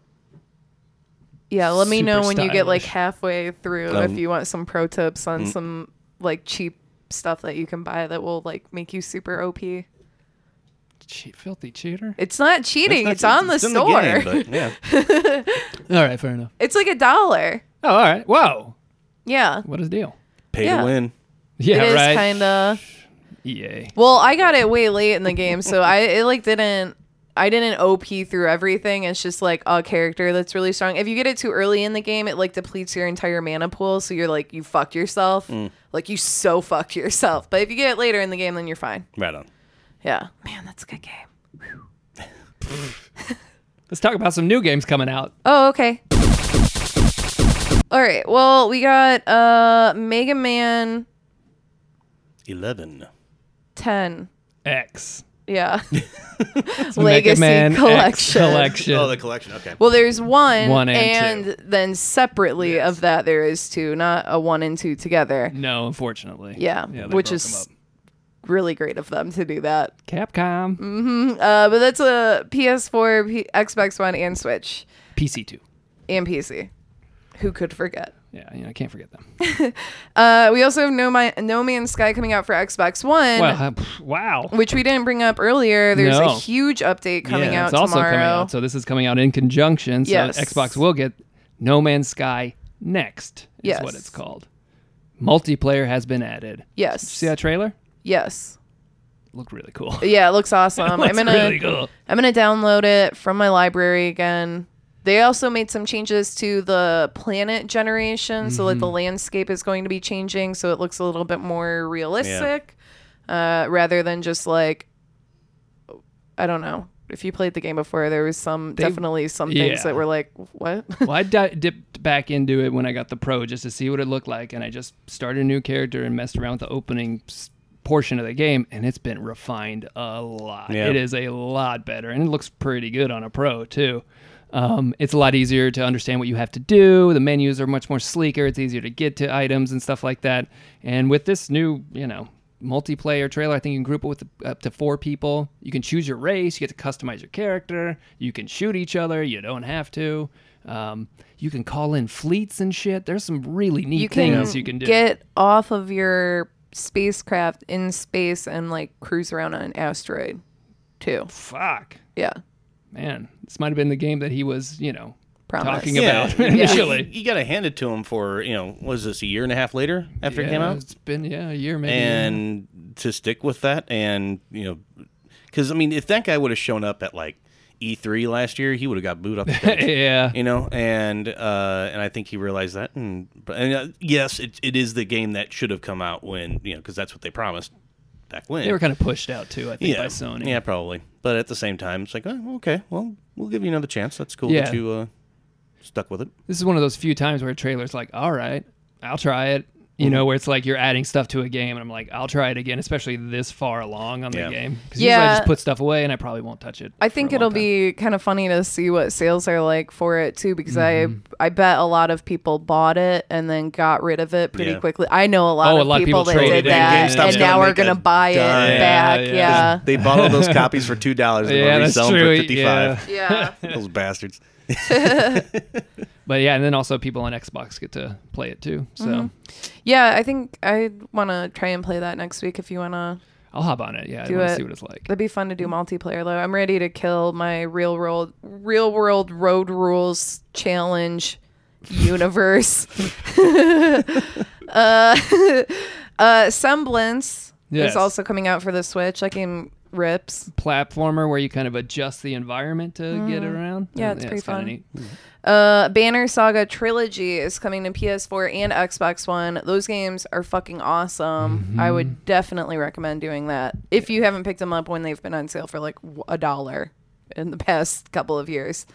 B: Yeah, let me
C: Super
B: know when you get like
C: stylish.
B: halfway through
D: Um, mm.
B: if you want some pro tips on some like cheap stuff that you can buy that will like make you super OP.
C: Che- filthy cheater.
B: It's not cheating, it's, on the
D: in
B: store.
D: game, but yeah,
C: All right, fair enough.
B: It's like a dollar.
C: Oh, all right. Whoa.
B: Yeah.
C: What a deal.
D: pay
B: Yeah.
D: to win.
B: it
C: Yeah,
B: is
C: right.
B: kind of.
C: EA.
B: Well, I got it way late in the game, so I it like didn't I didn't OP through everything. It's just like a character that's really strong. If you get it too early in the game, it like depletes your entire mana pool, so you're like you fucked yourself. Like you so fucked yourself. But if you get it later in the game, then you're fine.
D: Right on.
B: Yeah. Man, that's a good game.
C: Let's talk about some new games coming out.
B: Oh, okay. All right. Well, we got uh Mega Man
D: 11.
B: 10.
C: X.
B: Yeah.
C: It's Mega
B: Legacy
C: Man X
B: Collection.
C: collection.
D: Oh, the collection. Okay.
B: Well, there's one,
C: One and
B: and,
C: two.
B: then separately of that there is two, not a one and two together.
C: no, unfortunately.
B: Yeah,
C: Mm. they
B: which
C: broke
B: is
C: 'em
B: really great of them to do that.
C: up. Capcom
B: Uh, but that's a PS4, P- Xbox One, and Switch
C: PC2.
B: and PC. Who could forget?
C: Yeah, you know, I can't forget them.
B: Uh, we also have No, My- no Man's Sky coming out for Xbox One.
C: Well, uh, pff, wow.
B: which we didn't bring up earlier. There's
C: No.
B: a huge update coming
C: yeah,
B: out
C: it's also
B: tomorrow.
C: coming out. So this is coming out in conjunction. So
B: Yes.
C: Xbox will get No Man's Sky next. Is
B: Yes.
C: what it's called. Multiplayer has been added.
B: yes.
C: See that trailer?
B: Yes.
C: looked really cool.
B: Yeah, it looks awesome.
C: Looks
B: I'm gonna
C: really cool.
B: I'm gonna download it from my library again. They also made some changes to the planet generation, so like the
C: Mm-hmm.
B: landscape is going to be changing, so it looks a little bit more realistic, uh, rather than just like I don't know. If you played the game before, there was some definitely some things
C: yeah.
B: that were like, what?
C: well, I di- dipped back into it when I got the pro just to see what it looked like, and I just started a new character and messed around with the opening s- portion of the game, and it's been refined a lot.
D: Yeah.
C: It is a lot better, and it looks pretty good on a pro too. Um, it's a lot easier to understand what you have to do. The menus are much more sleeker. It's easier to get to items and stuff like that. And with this new, you know, multiplayer trailer. I think you can group it with up to four people. You can choose your race. You get to customize your character. You can shoot each other. You don't have to. Um, you can call in fleets and shit. There's some really neat
B: you can,
C: things you can do.
B: get off of your spacecraft in space and like cruise around on an asteroid, too.
C: Fuck,
B: Yeah,
C: man, this might have been the game that he was, you know,
B: promise.
C: talking about initially.
D: You, got to hand it to him for, you know, was this a year and a half later after it came
C: Yeah,
D: out?
C: it's been yeah a year maybe.
D: And to stick with that and, you know, because, I mean, if that guy would have shown up at like E3 last year, he would have got booed off the stage.
C: yeah,
D: you know and uh and i think he realized that and but and, uh, yes it, it is the game that should have come out when you know because that's what they promised back when
C: they were kind of pushed out too. I think
D: yeah
C: by Sony.
D: yeah probably but at the same time it's like oh, okay well we'll give you another chance that's cool
C: Yeah.
D: that you uh stuck with it
C: this is one of those few times where a trailer's like, all right, I'll try it. You
D: Mm-hmm.
C: know, where it's like you're adding stuff to a game, and I'm like, I'll try it again, especially this far along on
D: Yeah.
C: the game. Because usually I
B: Yeah.
C: just put stuff away and I probably won't touch it.
B: I think
C: for a
B: it'll
C: long time.
B: be kind of funny to see what sales are like for it too, because
C: Mm-hmm.
B: I I bet a lot of people bought it and then got rid of it pretty
D: Yeah.
B: quickly. I know a lot, of,
C: Oh, a lot of
B: people
C: people
B: that
C: traded
B: did
C: it.
B: that,
C: GameStop's
B: and now
D: gonna
B: are
D: make a
B: gonna buy it
D: dime.
B: back.
C: Yeah,
B: Yeah,
D: they bought all those copies for two dollars and
C: Yeah,
D: yeah,
C: that's
D: reselling
C: true,
D: for 55
B: yeah.
D: those bastards
C: But yeah, and then also people on Xbox get to play it too. So
B: Mm-hmm. Yeah, I think I want to try and play that next week if you want to.
C: I'll hop on it. Yeah, I
B: Do
C: want to
B: it.
C: see what it's like. mm.
B: That'd be fun to do multiplayer though. I'm ready to kill my real world, real world road rules challenge universe. uh, uh, Semblance
C: Yes.
B: is also coming out for the Switch. That game rips.
C: Platformer where you kind of adjust the environment to get around.
B: Mm-hmm. Yeah, it's pretty
C: kinda
B: fun.
C: neat.
B: Uh, Banner Saga Trilogy is coming to PS4 and Xbox One. Those games are fucking awesome. I would definitely recommend doing that if you haven't picked them up when they've been on sale for like w- a dollar in the past couple of years.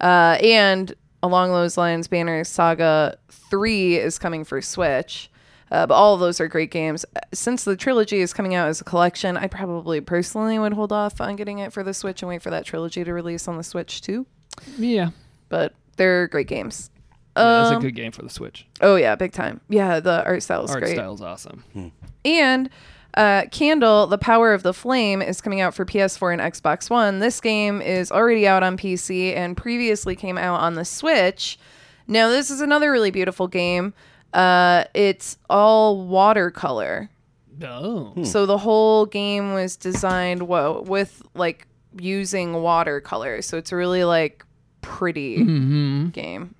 B: Uh, and along those lines, Banner Saga 3 is coming for Switch. Uh, but all of those are great games. Uh, Since the trilogy is coming out as a collection, I probably personally would hold off on getting it for the Switch and wait for that trilogy to release on the Switch too
C: Yeah.
B: but they're great games.
C: Yeah,
B: Um,
C: that's a good game for the Switch.
B: oh yeah, big time. Yeah, the art style is
C: Art
B: great.
C: style's awesome.
D: Hmm.
B: And uh, Candle, The Power of the Flame is coming out for PS4 and Xbox One. This game is already out on PC and previously came out on the Switch. Now, this is another really beautiful game. Uh, it's all watercolor.
C: Oh.
B: So the whole game was designed whoa with like using watercolor. So it's a really like pretty game.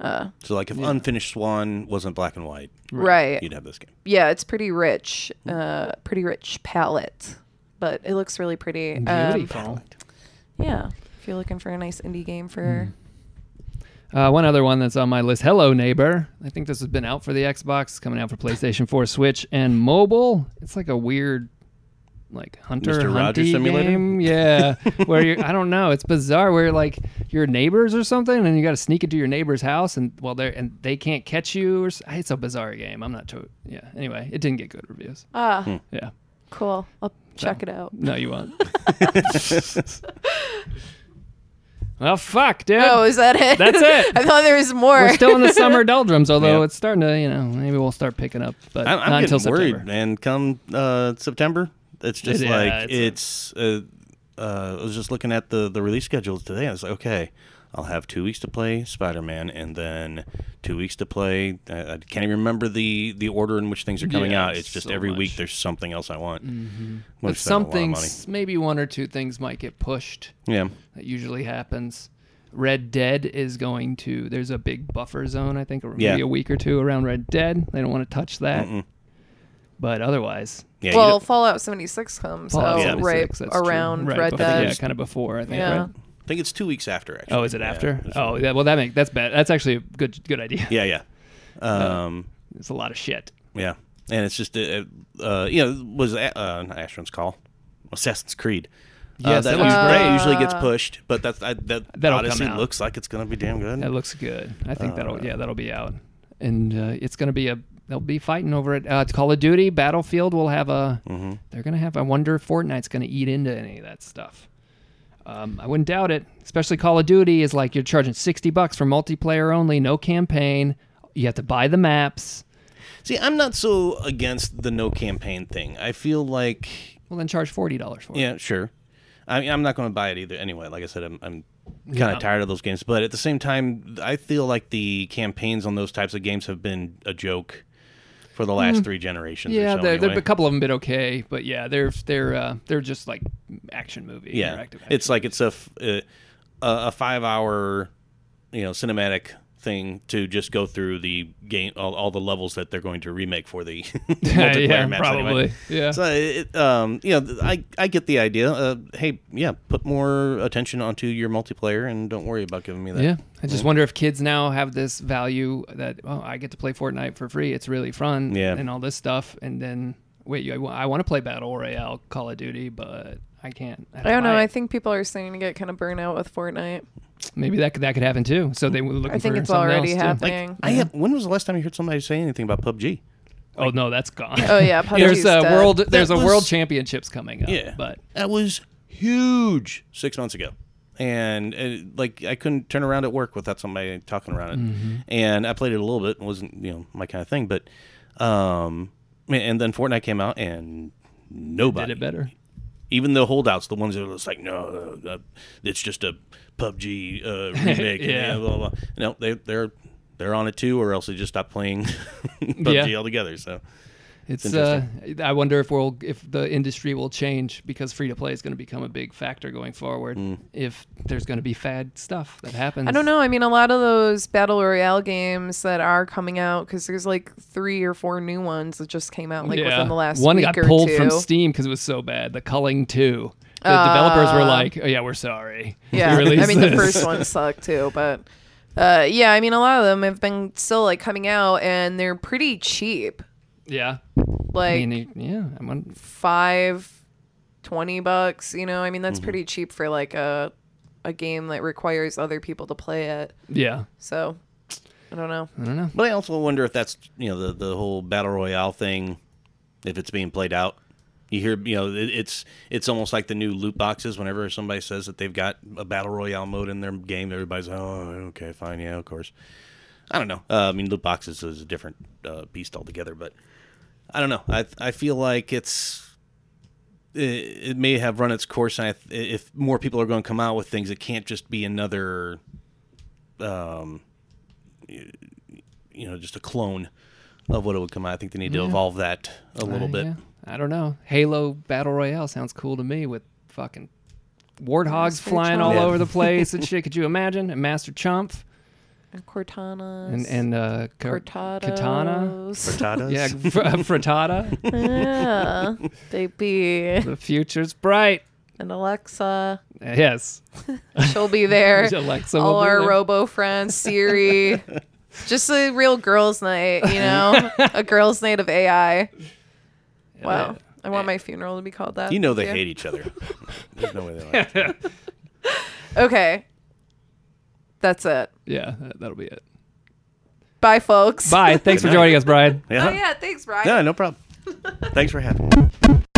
D: so like if unfinished swan wasn't black and white
B: Right.
D: you'd have this game
B: yeah, it's pretty rich, uh, pretty rich palette, but it looks really pretty. Um,
C: Beautiful.
B: yeah, if you're looking for a nice indie game
C: Hmm.
B: for,
C: Uh, one other one that's on my list, Hello Neighbor. I think this has been out for the Xbox, coming out for PlayStation 4, Switch, and mobile. It's like a weird, like hunter
D: Mr. Rogers
C: hunty
D: simulator?
C: game. Yeah, where you I don't know, it's bizarre. Where like your neighbors or something, and you got to sneak into your neighbor's house, and well, they are and they can't catch you. Or s- it's a bizarre game. I'm not too. Yeah. Anyway, it didn't get good reviews.
B: ah,
D: Hmm.
C: Yeah.
B: cool. I'll check it out.
C: No, you won't. well, fuck, dude.
B: Oh, is that it?
C: That's it.
B: I thought there was more.
C: We're still in the summer doldrums, although
D: Yeah.
C: it's starting to, you know, maybe we'll start picking up, but
D: I'm, I'm
C: not until
D: getting worried,
C: September.
D: man. Come uh, September, it's just
C: Yeah,
D: like
C: it's
D: it's. uh, uh, I was just looking at the the release schedules today. I was like, okay, I'll have two weeks to play Spider Man, and then two weeks to play. I, I can't even remember the the order in which things are coming
C: Yeah,
D: out.
C: it's
D: It's just
C: so
D: every week
C: much.
D: there's something else I want. Mm-hmm.
C: But some things, maybe one or two things might get pushed.
D: Yeah.
C: That usually happens. Red Dead is going to, there's a big buffer zone, I think, or maybe
D: Yeah.
C: a week or two around Red Dead. They don't want to touch that. But otherwise,
D: Yeah, you
B: well,
D: don't-
B: Fallout 76 comes
C: Fallout
B: out
C: 76,
B: right
C: that's true.
B: around
C: Right
B: Red
C: before-
B: Dead.
C: Yeah, kind of before I think.
B: Yeah.
C: Right?
D: I think it's two weeks after. Actually.
C: Oh, is it
D: Yeah,
C: after?
D: it's-
C: oh, yeah. Well, that make that's bad. That's actually a good good idea.
D: yeah, yeah,
C: Oh.
D: um,
C: It's a lot of shit.
D: yeah. And it's just, uh, uh, you know, was a- uh, not Astron's Call, Assassin's Creed.
C: Yes,
D: uh,
C: that
D: that,
C: looks
D: usually,
C: great.
D: that usually gets pushed, but that's I, that
C: That'll come
D: Odyssey
C: out.
D: looks like it's gonna be damn good.
C: That looks good. I think that'll yeah that'll be out, and uh, it's gonna be a they'll be fighting over it. Uh, Call of Duty, Battlefield will have a. They're gonna have. I wonder if Fortnite's gonna eat into any of that stuff. Um, I wouldn't doubt it. Especially Call of Duty is like you're charging sixty bucks for multiplayer only, no campaign. You have to buy the maps.
D: See, I'm not so against the no campaign thing. I feel like,
C: Well, then charge forty dollars for it.
D: yeah, sure. I mean, I'm not going to buy it either. Anyway, like I said, I'm, I'm kind of
C: Yeah.
D: tired of those games. But at the same time, I feel like the campaigns on those types of games have been a joke for the last three generations.
C: Mm. Yeah,
D: or so
C: there
D: anyway.
C: there a couple of them been okay, but yeah, they're they're uh, they're just like action movie.
D: yeah.
C: interactive action.
D: It's like it's a f- uh, a a five hour, you know, cinematic thing to just go through the game, all, all the levels that they're going to remake for the multiplayer
C: yeah,
D: maps.
C: probably.
D: Anyway.
C: Yeah,
D: So it, um, you know, th- I I get the idea. Uh, hey, yeah, put more attention onto your multiplayer, and don't worry about giving me that.
C: Yeah, I just wonder if kids now have this value that oh, I get to play Fortnite for free. It's really fun.
D: Yeah.
C: and all this stuff, and then wait, you- I, want to play Battle Royale, Call of Duty, but I can't. have to
B: I don't know.
C: buy
B: I
C: it.
B: think people are starting to get kind of burnt out with Fortnite.
C: maybe that could, that could happen too. So they were looking.
B: I think
C: for
B: it's
C: something
B: already
C: else, too.
B: happening.
D: Like I have. When was the last time you heard somebody say anything about PUBG?
C: Oh no, that's gone.
B: Oh yeah, PUBG's
C: there's a
B: dead.
C: world. There's a
D: was-
C: world championships coming up.
D: Yeah,
C: but
D: that was huge six months ago, and uh like I couldn't turn around at work without somebody talking around it.
C: Mm-hmm.
D: And I played it a little bit. It wasn't you know my kind of thing, but um, and then Fortnite came out and nobody
C: did it better.
D: even the holdouts, the ones that was like, no, uh, it's just a PUBG uh, remake.
C: Yeah.
D: yeah. blah, blah, blah. No, they, they're they're on it too, or else they just stop playing PUBG
C: Yeah.
D: altogether. So
C: It's uh, I wonder if we'll if the industry will change because free to play is going to become a big factor going forward.
D: Hmm.
C: If there's going to be fad stuff that happens,
B: I don't know. I mean, a lot of those battle royale games that are coming out because there's like three or four new ones that just came out like within the last
C: one
B: week
C: got
B: or
C: pulled
B: two.
C: from Steam because it was so bad. The Culling Two. The developers were like, "Oh yeah, we're sorry."
B: Uh,
C: We
B: Yeah, I
C: released
B: mean the
C: this."
B: first one sucked too, but uh, yeah, I mean a lot of them have been still like coming out and they're pretty cheap,
C: Yeah, I
B: like
C: mean, yeah. I'm on,
B: five, twenty bucks. You know, I mean that's
C: Mm-hmm.
B: pretty cheap for like a a game that requires other people to play it.
C: yeah,
B: So I don't know.
C: Mm-hmm.
D: But I also wonder if that's you know the the whole battle royale thing, if it's being played out. You hear you know it, it's it's almost like the new loot boxes. Whenever somebody says that they've got a battle royale mode in their game, everybody's oh okay fine yeah of course. I don't know. Uh, I mean loot boxes is a different uh, beast altogether, but I don't know. I I feel like it's. It, it may have run its course, and I, if more people are going to come out with things, it can't just be another um, you know just a clone of what it would come out. I think they need to evolve that a little
C: Uh,
D: bit.
C: yeah. I don't know. Halo Battle Royale sounds cool to me with fucking warthogs
B: Master
C: flying all
D: Chomp.
C: over the place and shit. Could you imagine? And Master Chomp
B: And Cortana
C: and and uh, Kar- Katana.
D: Frittatas.
C: Yeah, fr- uh, frittata.
B: yeah, they be
C: the future's bright.
B: and Alexa.
C: Uh, Yes.
B: She'll be there.
C: Alexa will
B: All
C: be
B: our
C: there.
B: robo friends, Siri. Just a real girls' night, you know, a girls' night of AI. Wow, I want my funeral to be called that.
D: eh. You know they
B: Yeah.
D: hate each other. There's no way they like. It.
B: Okay, that's it.
C: Yeah, that- that'll be it.
B: Bye, folks.
C: Bye. Thanks for
D: Good night.
C: joining us, Brian.
B: Oh yeah, thanks, Brian.
D: Yeah, no problem. Thanks for having me.